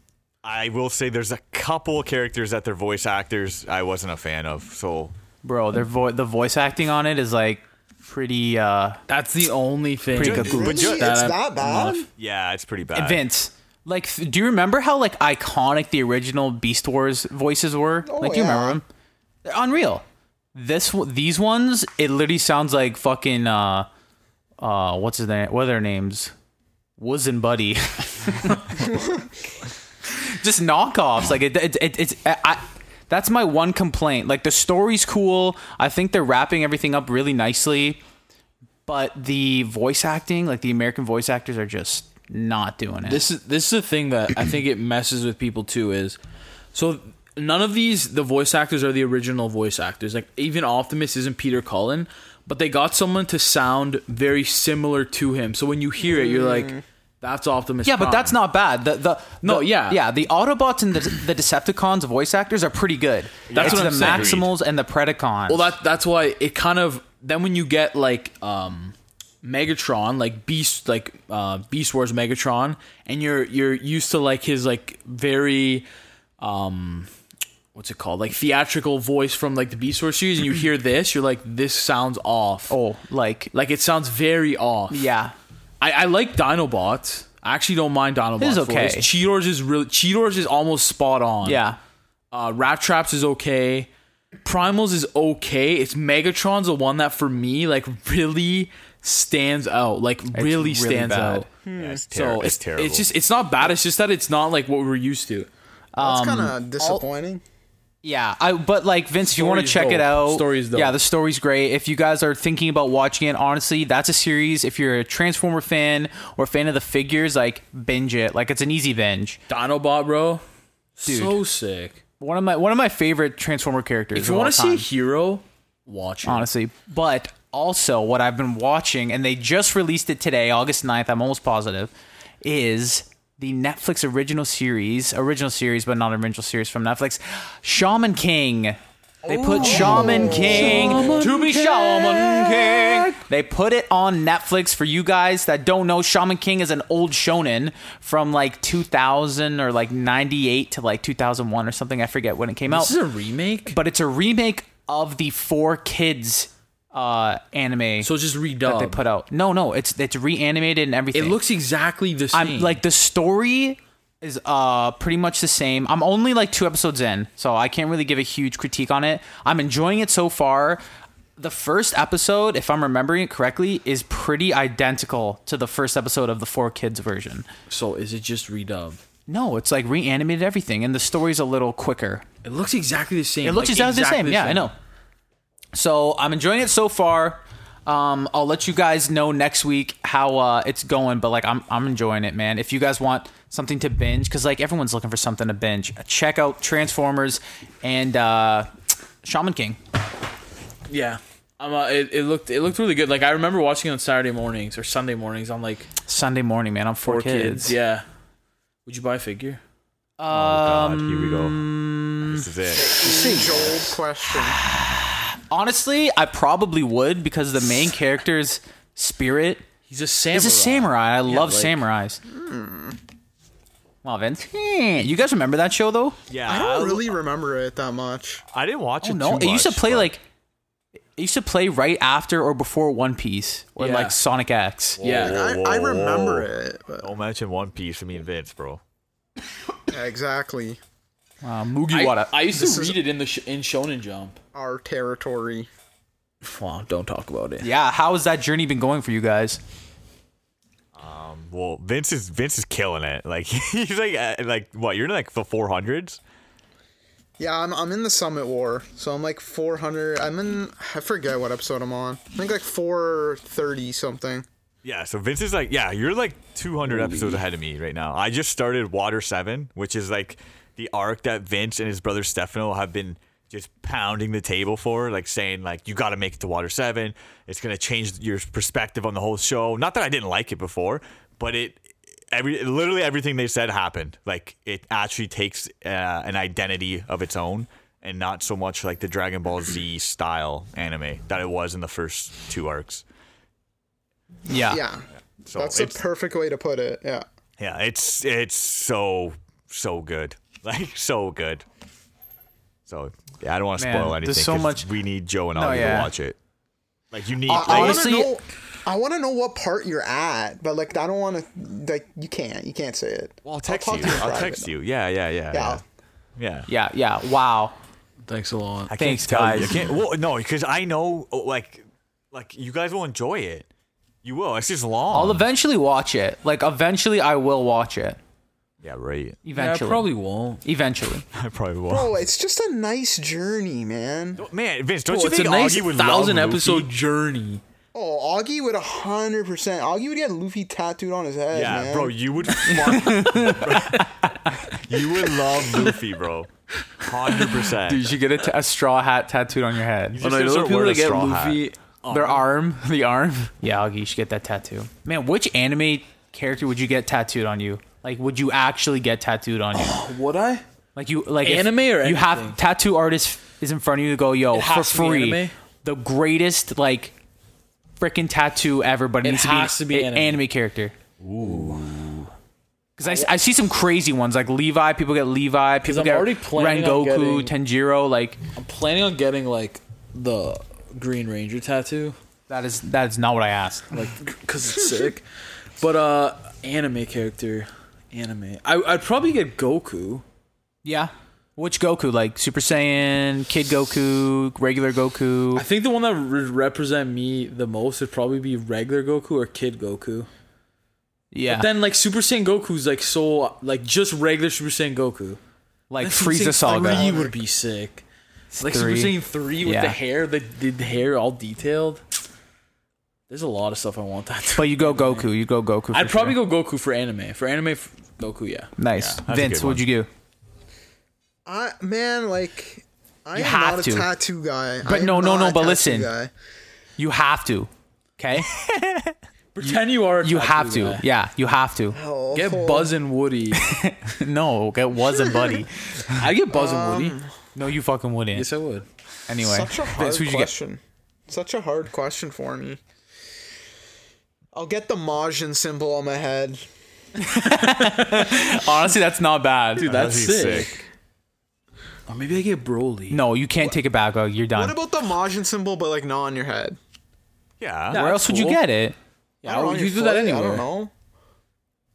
A: I will say there's a couple of characters that their voice actors I wasn't a fan of. So
C: bro their vo- the voice acting on it is like pretty uh
B: That's the only thing.
C: Pretty good.
D: Really?
A: But ju-
D: it's
B: that-
D: that bad?
B: enough.
A: yeah, it's pretty bad.
C: vince like th- do you remember how like iconic the original beast wars voices were like do you
D: yeah.
C: remember them They're unreal this w- these ones it literally sounds like fucking uh uh what's his name what are their names Wooz and Buddy. Just knockoffs. Like it, it, it, it's I, I. That's my one complaint. Like the story's cool. I think they're wrapping everything up really nicely, but the voice acting, like the American voice actors, are just not doing it.
B: This is this is the thing that I think it messes with people too is so none of these the voice actors are the original voice actors. Like even Optimus isn't Peter Cullen, but they got someone to sound very similar to him. So when you hear it, you're like, that's Optimus.
C: yeah, but
B: Prime."
C: that's not bad. The the
B: No,
C: the-
B: yeah.
C: yeah. The Autobots and the, the Decepticons voice actors are pretty good.
B: That's
C: It's
B: what I'm
C: the
B: saying.
C: Maximals and the Predacons.
B: Well, that that's why it kind of then when you get like um Megatron, like Beast, like uh, Beast Wars Megatron, and you're you're used to like his like very um what's it called like theatrical voice from like the Beast Wars series, and you hear this, you're like this sounds off.
C: oh, like
B: Like it sounds very off.
C: yeah.
B: I, I like Dinobots. I actually don't mind Dinobots.
C: is okay.
B: Voice. Cheetors is really Cheetors is almost spot on.
C: Yeah.
B: Uh, Rat Traps is okay. Primals is okay. It's Megatron's the one that for me like really stands out. Like really,
C: really
B: stands
C: bad.
B: out.
A: yeah, it's,
B: So
A: ter-
B: it's,
A: Hmm, it's, terrible.
B: It's just it's not bad. It's just that it's not like what we're used to.
D: That's kind of disappointing.
C: Yeah, I but like Vince, if you want to
B: Story's
C: check it
B: dope.
C: out,
B: Story's dope.
C: yeah, the story's great. If you guys are thinking about watching it, honestly, that's a series. If you're a Transformer fan or fan of the figures, like binge it. Like it's an easy binge.
B: Dinobot, bro,
C: Dude.
B: so sick.
C: One of my one of my favorite Transformer characters.
B: If you
C: want to
B: see a hero, watch it.
C: honestly, but also what I've been watching, and they just released it today, August 9th. I'm almost positive, is the Netflix original series, original series, but not original series from Netflix, Shaman King. They put Shaman King to be Shaman King. They put it on Netflix for you guys that don't know. Shaman King is an old shonen from like 2000 or like 98 to like 2001 or something. I forget when it came out
B: This is a remake,
C: but it's a remake of the Four Kids uh, anime
B: so it's just redubbed.
C: that they put out. No, no, it's it's reanimated and
B: it
C: everything.
B: looks exactly the same.
C: I'm like the story is uh pretty much the same. I'm only like two episodes in, so I can't really give a huge critique on it. I'm enjoying it so far. The first episode, if I'm remembering it correctly, is pretty identical to the first episode of the Four Kids version.
B: so is it just redubbed?
C: No, it's like reanimated everything, and the story's a little quicker.
B: It looks exactly the same.
C: It looks
B: Like,
C: exactly, the same. Yeah, I know. So I'm enjoying it so far. Um, I'll let you guys know next week how uh, it's going, but like I'm I'm enjoying it, man. If you guys want something to binge, because like everyone's looking for something to binge, uh, check out Transformers and uh, Shaman King.
B: Yeah. Um, uh, it, it looked it looked really good. Like I remember watching it on Saturday mornings or Sunday mornings on like
C: Sunday morning, man. I'm four,
B: four
C: kids.
B: kids. Yeah. Would you buy a figure?
A: oh, God, here we go. This is it.
D: Age old question.
C: Honestly, I probably would because the main character's spirit
B: He's a samurai.
C: is a samurai. Hmm. I love
B: like-
C: samurais. Wow, Vince. Hmm. You guys remember that show though?
A: Yeah,
D: I don't really remember it that much.
A: I didn't watch Oh, it.
C: Oh, No,
A: too
C: it used to
A: much,
C: play
A: but-
C: like it used to play right after or before One Piece or
B: Yeah.
C: like Sonic X.
B: Yeah.
A: Whoa,
D: I,
A: whoa,
D: I
A: whoa.
D: remember it. But,
A: Don't mention One Piece for me and Vince, bro.
D: yeah, exactly.
C: Uh,
B: I,
C: Mugiwara.
B: I used to
D: This is-
B: read it in the sh- in Shonen Jump.
D: Our territory.
B: Wow, don't talk about it.
C: yeah, how has that journey been going for you guys?
A: Well, Vince is Vince is killing it. Like he's like uh, like what? You're in like the 400s.
D: Yeah, I'm, I'm in the Summit War, so I'm like 400. I'm in. I forget what episode I'm on. I think like 430 something.
A: Yeah, so Vince is like, yeah, you're like 200 episodes ahead of me right now. I just started Water 7, which is like the arc that Vince and his brother Stefano have been just pounding the table for, like saying like you got to make it to Water 7. It's going to change your perspective on the whole show. Not that I didn't like it before, but it every literally everything they said happened. Like it actually takes uh, an identity of its own and not so much like the Dragon Ball Z style anime that it was in the first two arcs.
C: Yeah.
D: Yeah.
A: So
D: That's the
A: it's-
D: perfect way to put it. Yeah.
A: Yeah, it's it's so so good, like so good. So yeah, I don't want to
C: Man,
A: spoil anything.
C: there's so
A: 'cause
C: much-
A: We need Joe and
C: No,
A: Ollie
C: yeah.
A: to watch it. Like you need.
D: I, I
A: like,
D: want to
C: Honestly-
D: know. I want to know what part you're at, but like I don't want to. Like you can't. You can't say it.
A: well, I'll text
D: talk
A: you.
D: to in
A: I'll
D: private.
A: text you. Yeah, yeah, yeah, yeah,
D: Yeah.
A: yeah.
C: Yeah. Yeah. Wow.
B: Thanks a lot.
A: I can't
C: Thanks,
A: tell you. I
C: guys.
A: can't- well, no, because I know, oh, like, like you guys will enjoy it. You will. It's just long.
C: I'll eventually watch it. Like eventually, I will watch it.
A: yeah, right.
B: Yeah, I
C: Eventually.
B: probably won't.
C: Eventually.
A: I probably will.
D: Bro, Oh, it's just a nice journey, man.
A: Man, Vince, don't
B: Well,
A: you
B: it's a
A: think
B: nice
A: Augie would
B: thousand
A: love Luffy?
B: episode journey.
D: Oh, Augie would hundred percent. Augie would get Luffy tattooed on his head.
A: Yeah,
D: man.
A: bro, you would. fuck- you would love Luffy, bro. Hundred percent.
C: Did you get a, t- a straw hat tattooed on your head?
A: Just gonna start wearing a straw hat.
C: Their arm, the arm. Yeah, Augie, you should get that tattoo. Man, which anime character would you get tattooed on you? Like, would you actually get tattooed on you?
B: Would I?
C: Like you, like if
B: Anime or
C: you
B: anything?
C: have tattoo artist is in front of you to go, yo, for
B: has to be
C: free,
B: anime?
C: the greatest like freaking tattoo ever, but it,
B: It
C: needs
B: has
C: to
B: to
C: be
B: be
C: an
B: anime.
C: anime character. Ooh. Because I, I see some crazy ones like Levi. People get Levi. People
B: I'm
C: get
B: already planning on
C: Rengoku, Tanjiro. Like
B: I'm planning on getting like the Green Ranger tattoo,
C: That is that is not what I asked.
B: like because it's sick. But uh, anime character, anime. I, I'd probably get Goku.
C: Yeah. Which Goku? Like Super Saiyan, Kid Goku, regular Goku.
B: I think the one that would represent me the most would probably be regular Goku or Kid Goku.
C: Yeah.
B: Then like Super Saiyan Goku's like so like just regular Super Saiyan Goku.
C: like
B: Then Super
C: Frieza
B: Saiyan
C: Saga.
B: Three would be sick. Like
C: Three.
B: Super Saiyan three with
C: Yeah.
B: the hair, the, the hair all detailed. There's a lot of stuff I want that.
C: But you go Goku. You go Goku.
B: I'd probably go Goku for anime. For anime, f Goku, yeah.
C: nice.
A: Yeah, that's a
C: Vince,
A: good
C: what'd you do?
D: I man, like I
C: You
D: am
C: have
D: not
C: to.
D: a tattoo guy.
C: But
D: I am
C: no, no,
D: not
C: no,
D: a
C: but
D: tattoo
C: listen.
D: guy.
C: You have to. Okay.
B: Pretend you, are. a
C: You
B: tattoo
C: have to.
B: guy.
C: Yeah. You have to.
D: Oh,
B: Get Buzz and Woody.
C: No. It wasn't Buddy.
B: I get Buzz and Woody.
C: No, you fucking wouldn't.
B: Um, Yes, I would.
C: anyway,
D: Such a hard
C: Vince, who'd you get?
D: question. Such a hard question for me. I'll get the Majin symbol on my head.
C: Honestly, that's not bad.
B: Dude, that's
A: That'd be
B: sick. Or Oh, maybe I get Broly.
C: no, you can't take it back. Goku. You're done.
D: What about the Majin symbol, but like not on your head?
A: Yeah.
C: Where else would you
B: Cool.
C: get it?
B: yeah,
D: Or on
B: you
D: your
B: can do that
D: foot?
B: anywhere.
D: I don't know.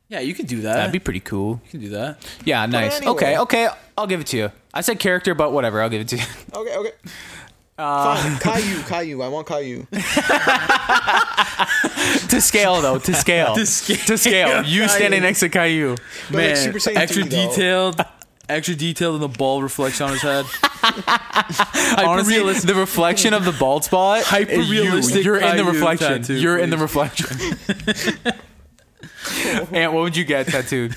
B: Yeah, you can do that.
C: That'd be pretty cool.
B: you can do that.
C: Yeah, nice.
D: anyway.
C: Okay, okay, I'll give it to you. I said character, but whatever, I'll give it to you.
D: Okay, okay.
B: Uh,
D: Fine. Caillou, Caillou. I want Caillou.
C: to scale though, to scale. to
B: scale.
C: You standing next to Caillou.
D: But like Super Saiyan
B: extra
D: 3, though.
B: detailed. Extra detailed in the ball reflection on his head.
C: Honestly,
B: Hyper-realistic-
C: the reflection of the bald spot. is you.
B: Hyper-realistic
C: You're in the
B: Caillou
C: reflection.
B: tattoo,
C: You're in the
B: please.
C: reflection. Ant, what would you get tattooed?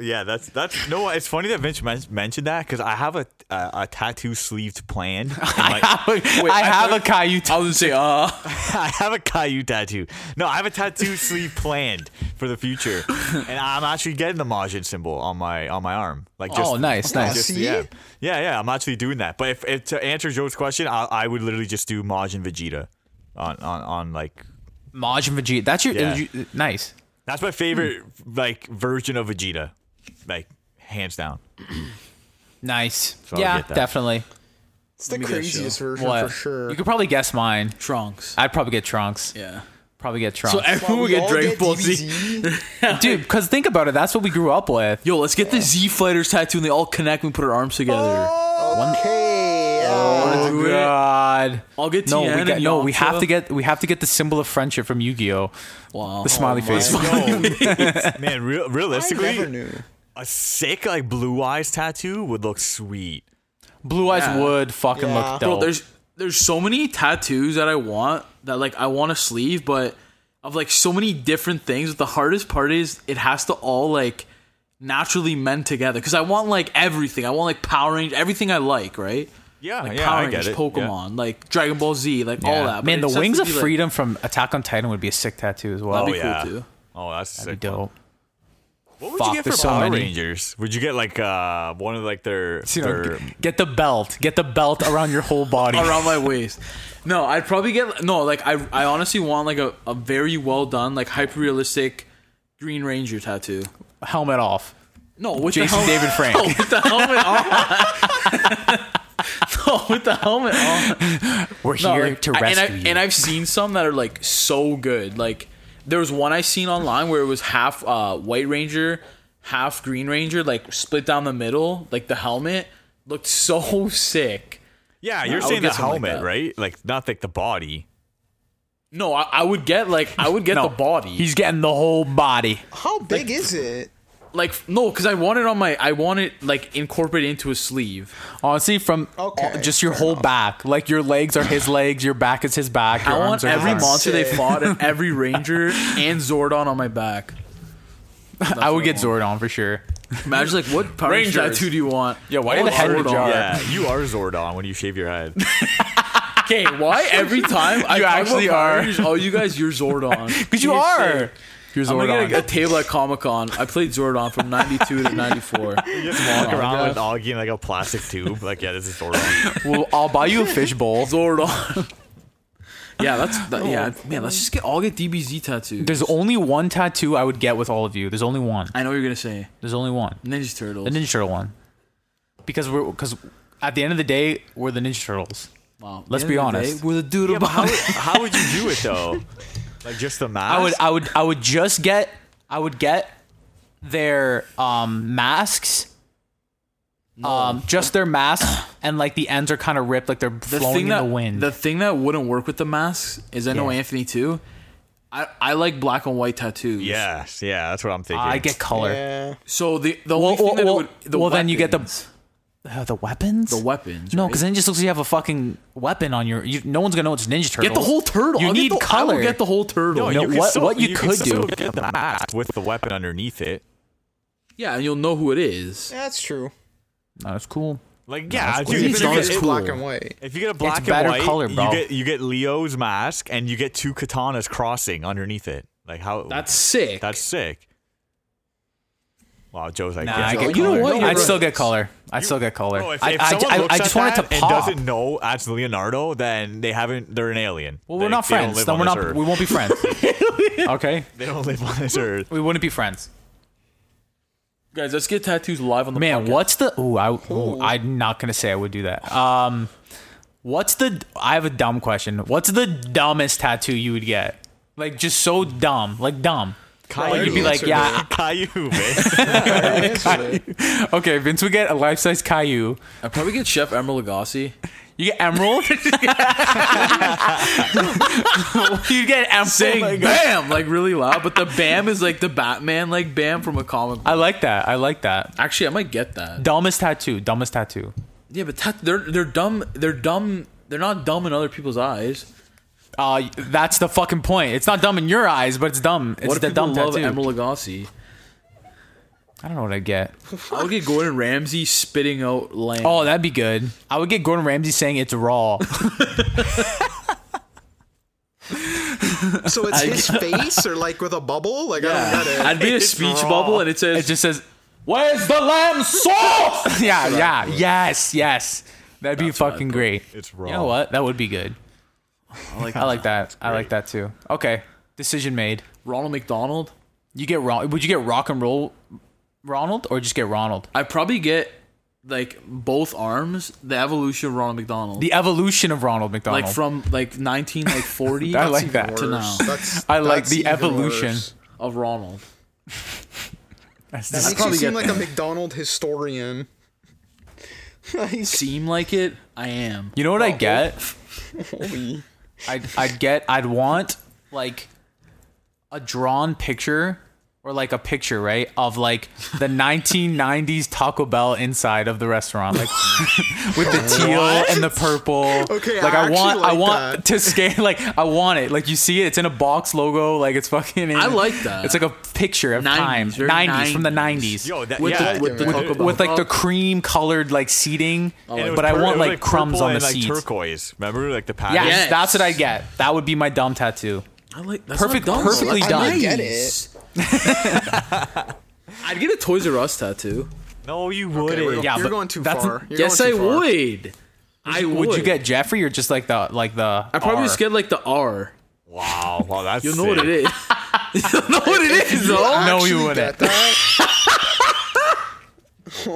A: Yeah, that's that's no. It's funny that Vince men- mentioned that because I have a uh, a tattoo sleeved plan. And, like,
C: I
B: I
C: have
B: thought-
C: a Caillou.
B: I was gonna say, uh,
A: I have a Caillou tattoo. No, I have a tattoo sleeve planned for the future, and I'm actually getting the Majin symbol on my on my arm. Like, just,
C: oh, nice, nice.
A: just-
D: See?
A: yeah, yeah, yeah. I'm actually doing that. But if, if to answer Joe's question, I, I would literally just do Majin Vegeta on on on like
C: Maj and Vegeta. That's your
A: Yeah.
C: you- nice.
A: that's my favorite like version of Vegeta, like hands down.
C: Nice.
A: So I'll
C: yeah,
A: get that.
C: definitely.
D: It's the
B: me guess,
D: craziest version
C: What?
D: for sure.
C: You could probably guess mine.
B: Trunks.
C: I'd probably get Trunks.
B: Yeah.
C: Probably get
B: So
C: Trunks.
B: everyone would get Dragon Ball Z.
C: Dude, because think about it. That's what we grew up with.
B: Yo, let's get the Z Fighters tattoo and they all connect and put our arms together.
D: Okay. Oh,
B: Wanna do it?
C: God.
B: I'll get
C: No,
B: Tien
C: we got,
B: and
C: no, we
B: Yamcha.
C: have to get we have to get the symbol of friendship from Yu-Gi-Oh.
B: Wow.
C: The smiley face.
A: Yo, man, real
D: I never
A: realistically,
D: knew.
A: a sick like blue eyes tattoo would look sweet.
C: Blue eyes
B: Yeah.
C: would fucking
D: Yeah.
C: look
D: Bro,
C: dope.
B: Bro, there's there's so many tattoos that I want that like I want a sleeve, but of like so many different things. But the hardest part is it has to all like naturally mend together. Because I want like everything. I want like Power Rangers, everything I like, right?
A: Yeah,
B: Like
A: yeah,
B: Power
A: I get
B: Rangers,
A: it.
B: Pokemon, like Dragon Ball Z, like all that. But
C: Man,
B: it
C: the
B: just has
C: wings
B: to
C: of
B: be, like-
C: freedom from Attack on Titan would be a sick tattoo as well.
B: That'd
A: Oh
B: be cool,
A: yeah.
B: too.
A: Oh, that's sick.
C: dope.
A: What would
C: Fuck,
A: you get for
C: there's so
A: Power
C: many.
A: Rangers? Would you get like uh one of like their,
C: You know,
A: their
C: g- get the belt. Get the belt around your whole body.
B: around my waist. No, I'd probably get no. Like I, I honestly want like a, a very well done, like hyper realistic Green Ranger tattoo.
C: Helmet off.
B: No, with
C: Jason
B: the helmet,
C: David Frank.
B: No, with the helmet on. no, with the helmet on.
C: We're
B: No,
C: here
B: like,
C: to
B: I-
C: rescue
B: and I,
C: you.
B: And I've seen some that are like so good. Like there was one I seen online where it was half uh, White Ranger, half Green Ranger, like split down the middle. Like the helmet looked so sick.
A: Yeah, you're
B: I would
A: saying
B: get
A: the
B: something like
A: helmet,
B: that.
A: right? Like not like the body.
B: No, I, I would get like I would get
C: No,
B: the body.
C: He's getting the whole body.
D: How big is it?
B: like no, because I want it on my. I want it like incorporated into a sleeve.
C: Honestly, from
D: Okay,
C: uh, just your
D: fair
C: whole
D: enough.
C: back. Like your legs are his legs, your back is his back. Your
B: I want
C: arms are his
B: every
C: arms.
B: monster they
D: Sick.
B: fought and every ranger and Zordon on my back.
C: I would get Zordon for sure.
B: Imagine like what Power Ranger
A: Rangers.
B: tattoo do you want? Yeah,
C: why the head in a jar? Alright.
A: Yeah, you are Zordon when you shave your head.
B: Okay, why every time I
C: You
B: talk about
C: actually
B: Power
C: are.
B: Rangers, Oh, you guys, you're Zordon.
C: Because you
B: You're
C: are.
B: sick.
C: You're
B: I'm gonna
C: Zordon.
B: get a, a table at Comic Con. I played Zordon from '92 to '94.
A: Just walk around with Augie in like a plastic tube. Like, yeah, this is Zordon.
C: well, I'll buy you a fishbowl.
B: Zordon. Oh. yeah, that's that, yeah. Man, let's just get all get DBZ tattoos.
C: There's only one tattoo I would get with all of you. There's only one.
B: I know what you're gonna say
C: There's only one.
B: Ninja Turtles.
C: The Ninja Turtle one. Because we're because at the end of the day, we're the Ninja Turtles.
B: Wow.
C: Let's
B: End
C: be
B: of the
C: honest.
B: day, we're the dude
A: yeah, but how,
B: about
A: would- how would you do it though? Like just the mask.
C: I would I would I would just get I would get their um masks. Um just their masks and like the ends are kind of ripped like they're flowing in
B: that,
C: the wind.
B: The thing that wouldn't work with the masks is I know
C: Yeah.
B: Anthony too. I, I like black and white tattoos.
A: Yes, yeah, that's what I'm thinking.
C: I get color.
D: Yeah.
B: So the the
C: Well,
B: only thing
C: well,
B: that it
C: well,
B: would the
C: well, then you get the
B: weapons-
C: Uh, the weapons?
B: the weapons.
C: No,
B: right?
C: because then it just looks like you have a fucking weapon on your. You, no one's gonna know it's Ninja Turtle.
B: get the whole turtle.
C: You
B: I'll
C: need
B: get the, I
C: color.
B: will get the whole turtle.
C: No,
A: could
C: what- what you
A: can
C: could
A: still
C: do-
A: get the mask with the weapon underneath it.
B: yeah, and you'll know who it is.
D: That's true.
C: No, it's cool.
A: Like, yeah,
C: That's
A: dude,
B: cool.
A: even
B: It's
A: if
B: not
A: you
B: as
A: get-
D: It's
B: cool.
D: black and white.
A: If you get a black and
C: better
A: white,
C: color,
A: you
C: bro.
A: get you get Leo's mask and you get two katanas crossing underneath it. Like how
B: That's sick.
A: that's sick. Wow, Joe's like,
C: Nah,
A: yeah,
C: I
A: Joe-
C: get
B: You know
C: color.
B: what? You're
C: I'd still
B: right.
C: get color. I'd still get color.
A: Oh, if,
C: I,
A: if
C: I-
A: someone
C: I-
A: looks
C: I
A: at
C: just want it to
A: that
C: pop.
A: and doesn't know that's Leonardo, then they haven't. They're an alien.
C: well, we're
A: They-
C: not
A: they don't
C: friends.
A: live
C: Then
A: on
C: we're
A: this
C: not.
A: earth.
C: We won't be friends. okay,
A: They don't live on this earth.
C: we wouldn't be friends.
B: Guys, let's get tattoos live on the
C: Man,
B: podcast.
C: what's the? Ooh, I, ooh, I'm not gonna say I would do that. Um, what's the? I have a dumb question. What's the dumbest tattoo you would get? Like just so dumb, like dumb.
A: Caillou.
C: You'd be like,
D: Answer
C: yeah,
A: Caillou, man.
C: okay. Vince would get a life size Caillou.
B: I probably get Chef Emeril
C: Oh
B: Lagasse.
C: You get Emerald. you get Emerald. Oh
B: Saying bam like really loud, but the bam is like the Batman like bam from a comic. book.
C: I like that. I like that.
B: Actually, I might get that.
C: Dumbest tattoo. Dumbest tattoo.
B: Yeah, but tat- they're they're dumb. They're dumb. They're not dumb in other people's eyes.
C: Uh, that's the fucking point. It's not dumb in your eyes, but it's dumb. It's
B: What if
C: the
B: people
C: dumb
B: love
C: tattoo.
B: Emeril Lagasse?
C: I don't know what I get.
B: I would get Gordon Ramsay spitting out lamb.
C: Oh, that'd be good. I would get Gordon Ramsay saying it's raw.
D: So it's his face or like with a bubble? Like I don't get it.
B: I'd be in a
A: It's
B: speech
A: raw.
B: bubble, and it says
C: it just says, "Where's the lamb sauce?" yeah, yeah, yes, yes. That'd be fucking great.
A: It's raw.
C: You know what? That would be good.
B: I like,
C: I like that. I like that too. Okay, decision made.
B: Ronald McDonald.
C: You get Ron- Would you get rock and roll Ronald or just get Ronald?
B: I probably get like both arms, the evolution of Ronald McDonald,
C: The evolution of Ronald McDonald.
B: like from like nineteen like forty.
C: I like
B: even
C: that.
B: to now
D: Worse. That's-
C: I like
D: that's
C: the
D: even
C: evolution.
D: worse.
B: of Ronald.
D: That
B: I'd
D: makes you
B: probably
D: seem
B: get
D: like a McDonald historian. like,
B: Seem like it? I am.
C: You know what I get?
D: holy.
C: I'd, I'd get I'd want like a drawn picture or like a picture, right, of like the 1990s Taco Bell inside of the restaurant, like with the teal and the purple.
D: Okay,
C: like
D: I
C: I, want,
D: actually
C: I
D: like
C: want
D: that.
C: to scale. Like I want it. Like you see it. It's in a box logo. Like it's fucking. in-
B: I like that.
C: It's like a picture of
B: 90s,
C: time.
B: very
C: 90s, from the
B: 90s.
C: 90s.
A: Yo, that, Oh.
B: With
A: yeah.
B: the, with the
D: With-
B: Taco Bell
C: with like the
B: cup.
C: cream colored like seating,
A: And it was
C: but I
A: pur-
C: want
A: it was,
C: like, crumbs
A: purple
C: on the
A: and, like,
C: seats.
A: Turquoise. Remember, like the pattern.
C: Yes,
B: Yes.
C: that's what I get. That would be my dumb tattoo.
B: I like that's
C: Perfect-
B: not dumb.
C: perfectly
B: Nice.
C: done.
D: I get
B: I'd get a Toys R Us tattoo.
A: No, you wouldn't.
D: Okay, we're,
C: Yeah,
D: you're
C: but
D: going too
C: that's-
D: far. You're
B: yes, I
D: going too far.
B: would. I would.
C: Would, you get Jeffrey or just like the like the?
B: I probably
C: R?
B: just get like the R.
A: Wow, wow, that's
B: You know what
A: sick.
B: it is. you know what it is, though.
C: No, you
D: Actually
C: wouldn't.
D: get that.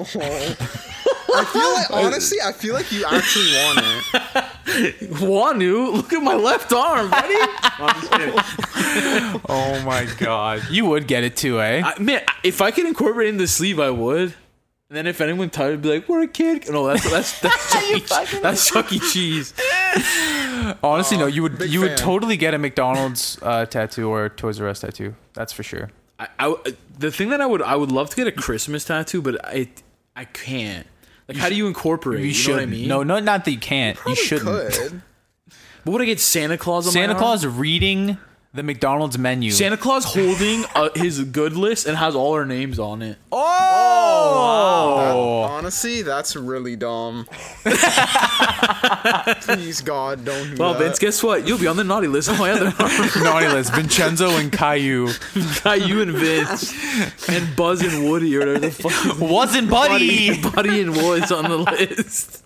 D: I feel like honestly, I feel like you actually want it.
B: Wanu, look at my left arm, buddy.
C: Oh my god, you would get it too, eh?
B: I, man, if I could incorporate it in the sleeve, I would. And then if anyone tired, I'd be like, "We're a kid." No, that's that's that's Chuck, e. Cheese. that's Chuck E. Cheese.
C: Honestly, no, you would
D: big
C: you
D: fan.
C: would totally get a McDonald's uh, tattoo or a Toys R Us tattoo. That's for sure.
B: I, I- the thing that I would I would love to get a Christmas tattoo, but I I can't. Like, how do you incorporate? You, know what I
C: shouldn't.
B: mean?
C: No, no, not that you can't. You, shouldn't.
D: Could.
B: But would I get Santa Claus on my
C: Santa
B: arm?
C: Claus reading the McDonald's menu.
B: Santa Claus holding uh, his good list and has all our names on it.
C: oh,
D: Honestly, that's really dumb. Please God, don't do
B: Well,
D: that.
B: Vince, guess what? You'll be on the naughty list on my other arm.
C: naughty list. Vincenzo and Caillou
B: Guy, you and Vince and Buzz and Woody or whatever the fuck.
C: wasn't buddy.
B: Buddy and Woods on the list.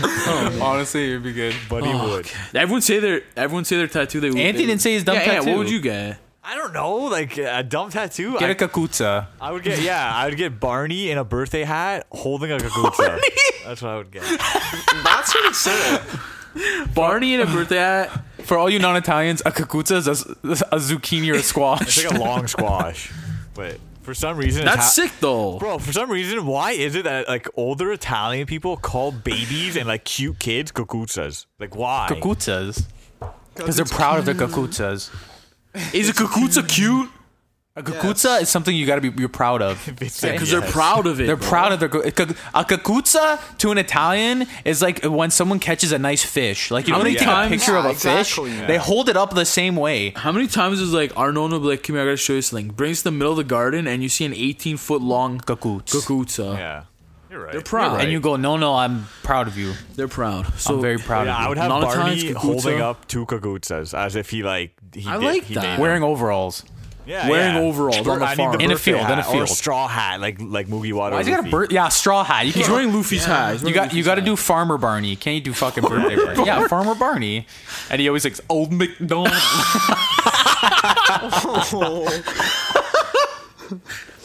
C: Honestly, it'd be good, buddy.
A: would.
B: Everyone say their everyone say their tattoo. They
C: Anthony
B: they,
C: didn't say his dumb
B: yeah,
C: tattoo.
B: Yeah, what would you get?
A: I don't know, like a dumb tattoo.
C: get
A: I,
C: a kakuta?
A: I would get, yeah, I would get Barney in a birthday hat holding a kakuta. That's what I would get.
D: that's what it said.
B: Barney in a birthday hat.
C: For all you non-Italians, a kakuta is a, a zucchini or a
A: It's
C: squash.
A: like a long squash, but for some reason,
B: That's
A: Ita-
B: sick though.
A: Bro, for some reason, why is it that like older Italian people call babies and like cute kids kakutas? Like why?
C: Kakutas, because they're proud of their kakutas.
B: Is a kakuta cute?
C: A kakuta is something you got to be you're proud of.
A: Because
B: Because they're proud of it.
C: They're
B: bro.
C: proud of their ka- ka- a kakuta to an Italian is like when someone catches a nice fish. Like you
B: How
C: know,
B: many
C: they take a
B: times-
C: picture of a
D: Yeah, exactly,
C: fish,
D: man.
C: they hold it up the same way.
B: How many times is like Arnold will be like, "Come here, I gotta show you something." Brings to the middle of the garden and you see an 18 foot long
C: Kakuts.
B: kakuta.
A: Yeah, you're right.
B: They're proud.
C: And you go, no, no, I'm proud of you.
B: They're proud. So
C: I'm very proud
A: Yeah,
C: of you.
A: I would have
B: Nonatons,
A: Barney
B: kakuta.
A: holding up two kakutas as if he like he
B: I
A: did,
B: like
A: he
B: that.
A: made them.
C: Wearing overalls.
A: yeah,
B: wearing
A: yeah.
B: overalls on
A: Bro,
B: the
A: I need
B: farm.
A: the
C: In a
A: birthday
C: field, in a
A: hat or
C: field.
A: straw hat like like Moogie Water.
C: Why is he got a bird? Yeah, straw hat. You
B: He's
C: can
B: wearing Luffy's hat. He's
C: You
B: wearing
C: got you
B: Luffy's
C: got to
B: hat.
C: do Farmer Barney. Can't you do fucking birthday Barney? Yeah, Farmer Barney. And he always likes Old McDonald.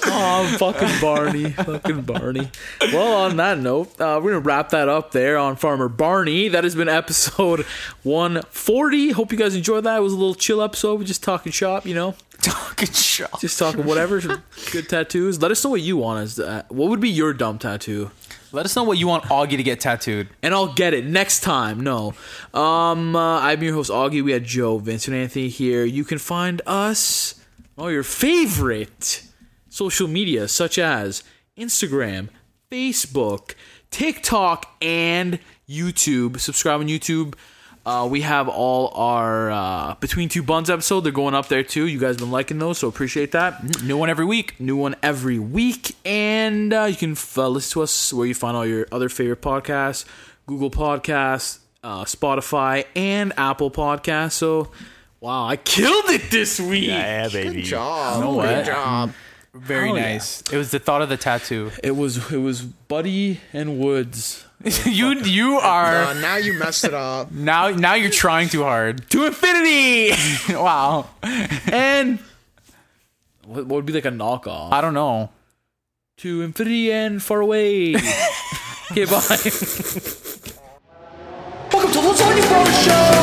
B: Oh, fucking Barney. fucking Barney. Well, on that note, uh, we're going to wrap that up there on Farmer Barney. That has been episode 140. Hope you guys enjoyed that. It was a little chill episode. We're just talking shop, you know,
C: Talking shop.
B: just talking whatever. Good tattoos. Let us know what you want us to. uh, What would be your dumb tattoo?
C: Let us know what you want Augie to get tattooed.
B: And I'll get it next time. No. Um, uh, I'm your host, Augie. We had Joe, Vincent, Anthony here. You can find us on all your favorite social media, such as Instagram, Facebook, TikTok, and YouTube. Subscribe on YouTube. Uh, we have all our uh, Between Two Buns episode. They're going up there too. You guys been liking those, so appreciate that
C: New one every week.
B: new one every week. And uh, you can uh, listen to us where you find all your other favorite podcasts Google Podcasts, uh, Spotify, and Apple Podcasts. So, wow, I killed it this week.
A: Yeah, baby.
D: Good job.
C: know
D: Good
C: what?
D: job.
C: Very
B: Oh, yeah.
C: nice. It was the thought of the tattoo.
B: It was it was Buddy and Woods.
C: you you
D: Uh,
C: are
D: now you messed it up.
C: now now you're trying too hard.
B: To infinity!
C: wow.
B: and what, what would be like a knockoff?
C: I don't know.
B: to infinity and far away. okay, bye.
E: Welcome to Lasagna Bros Show!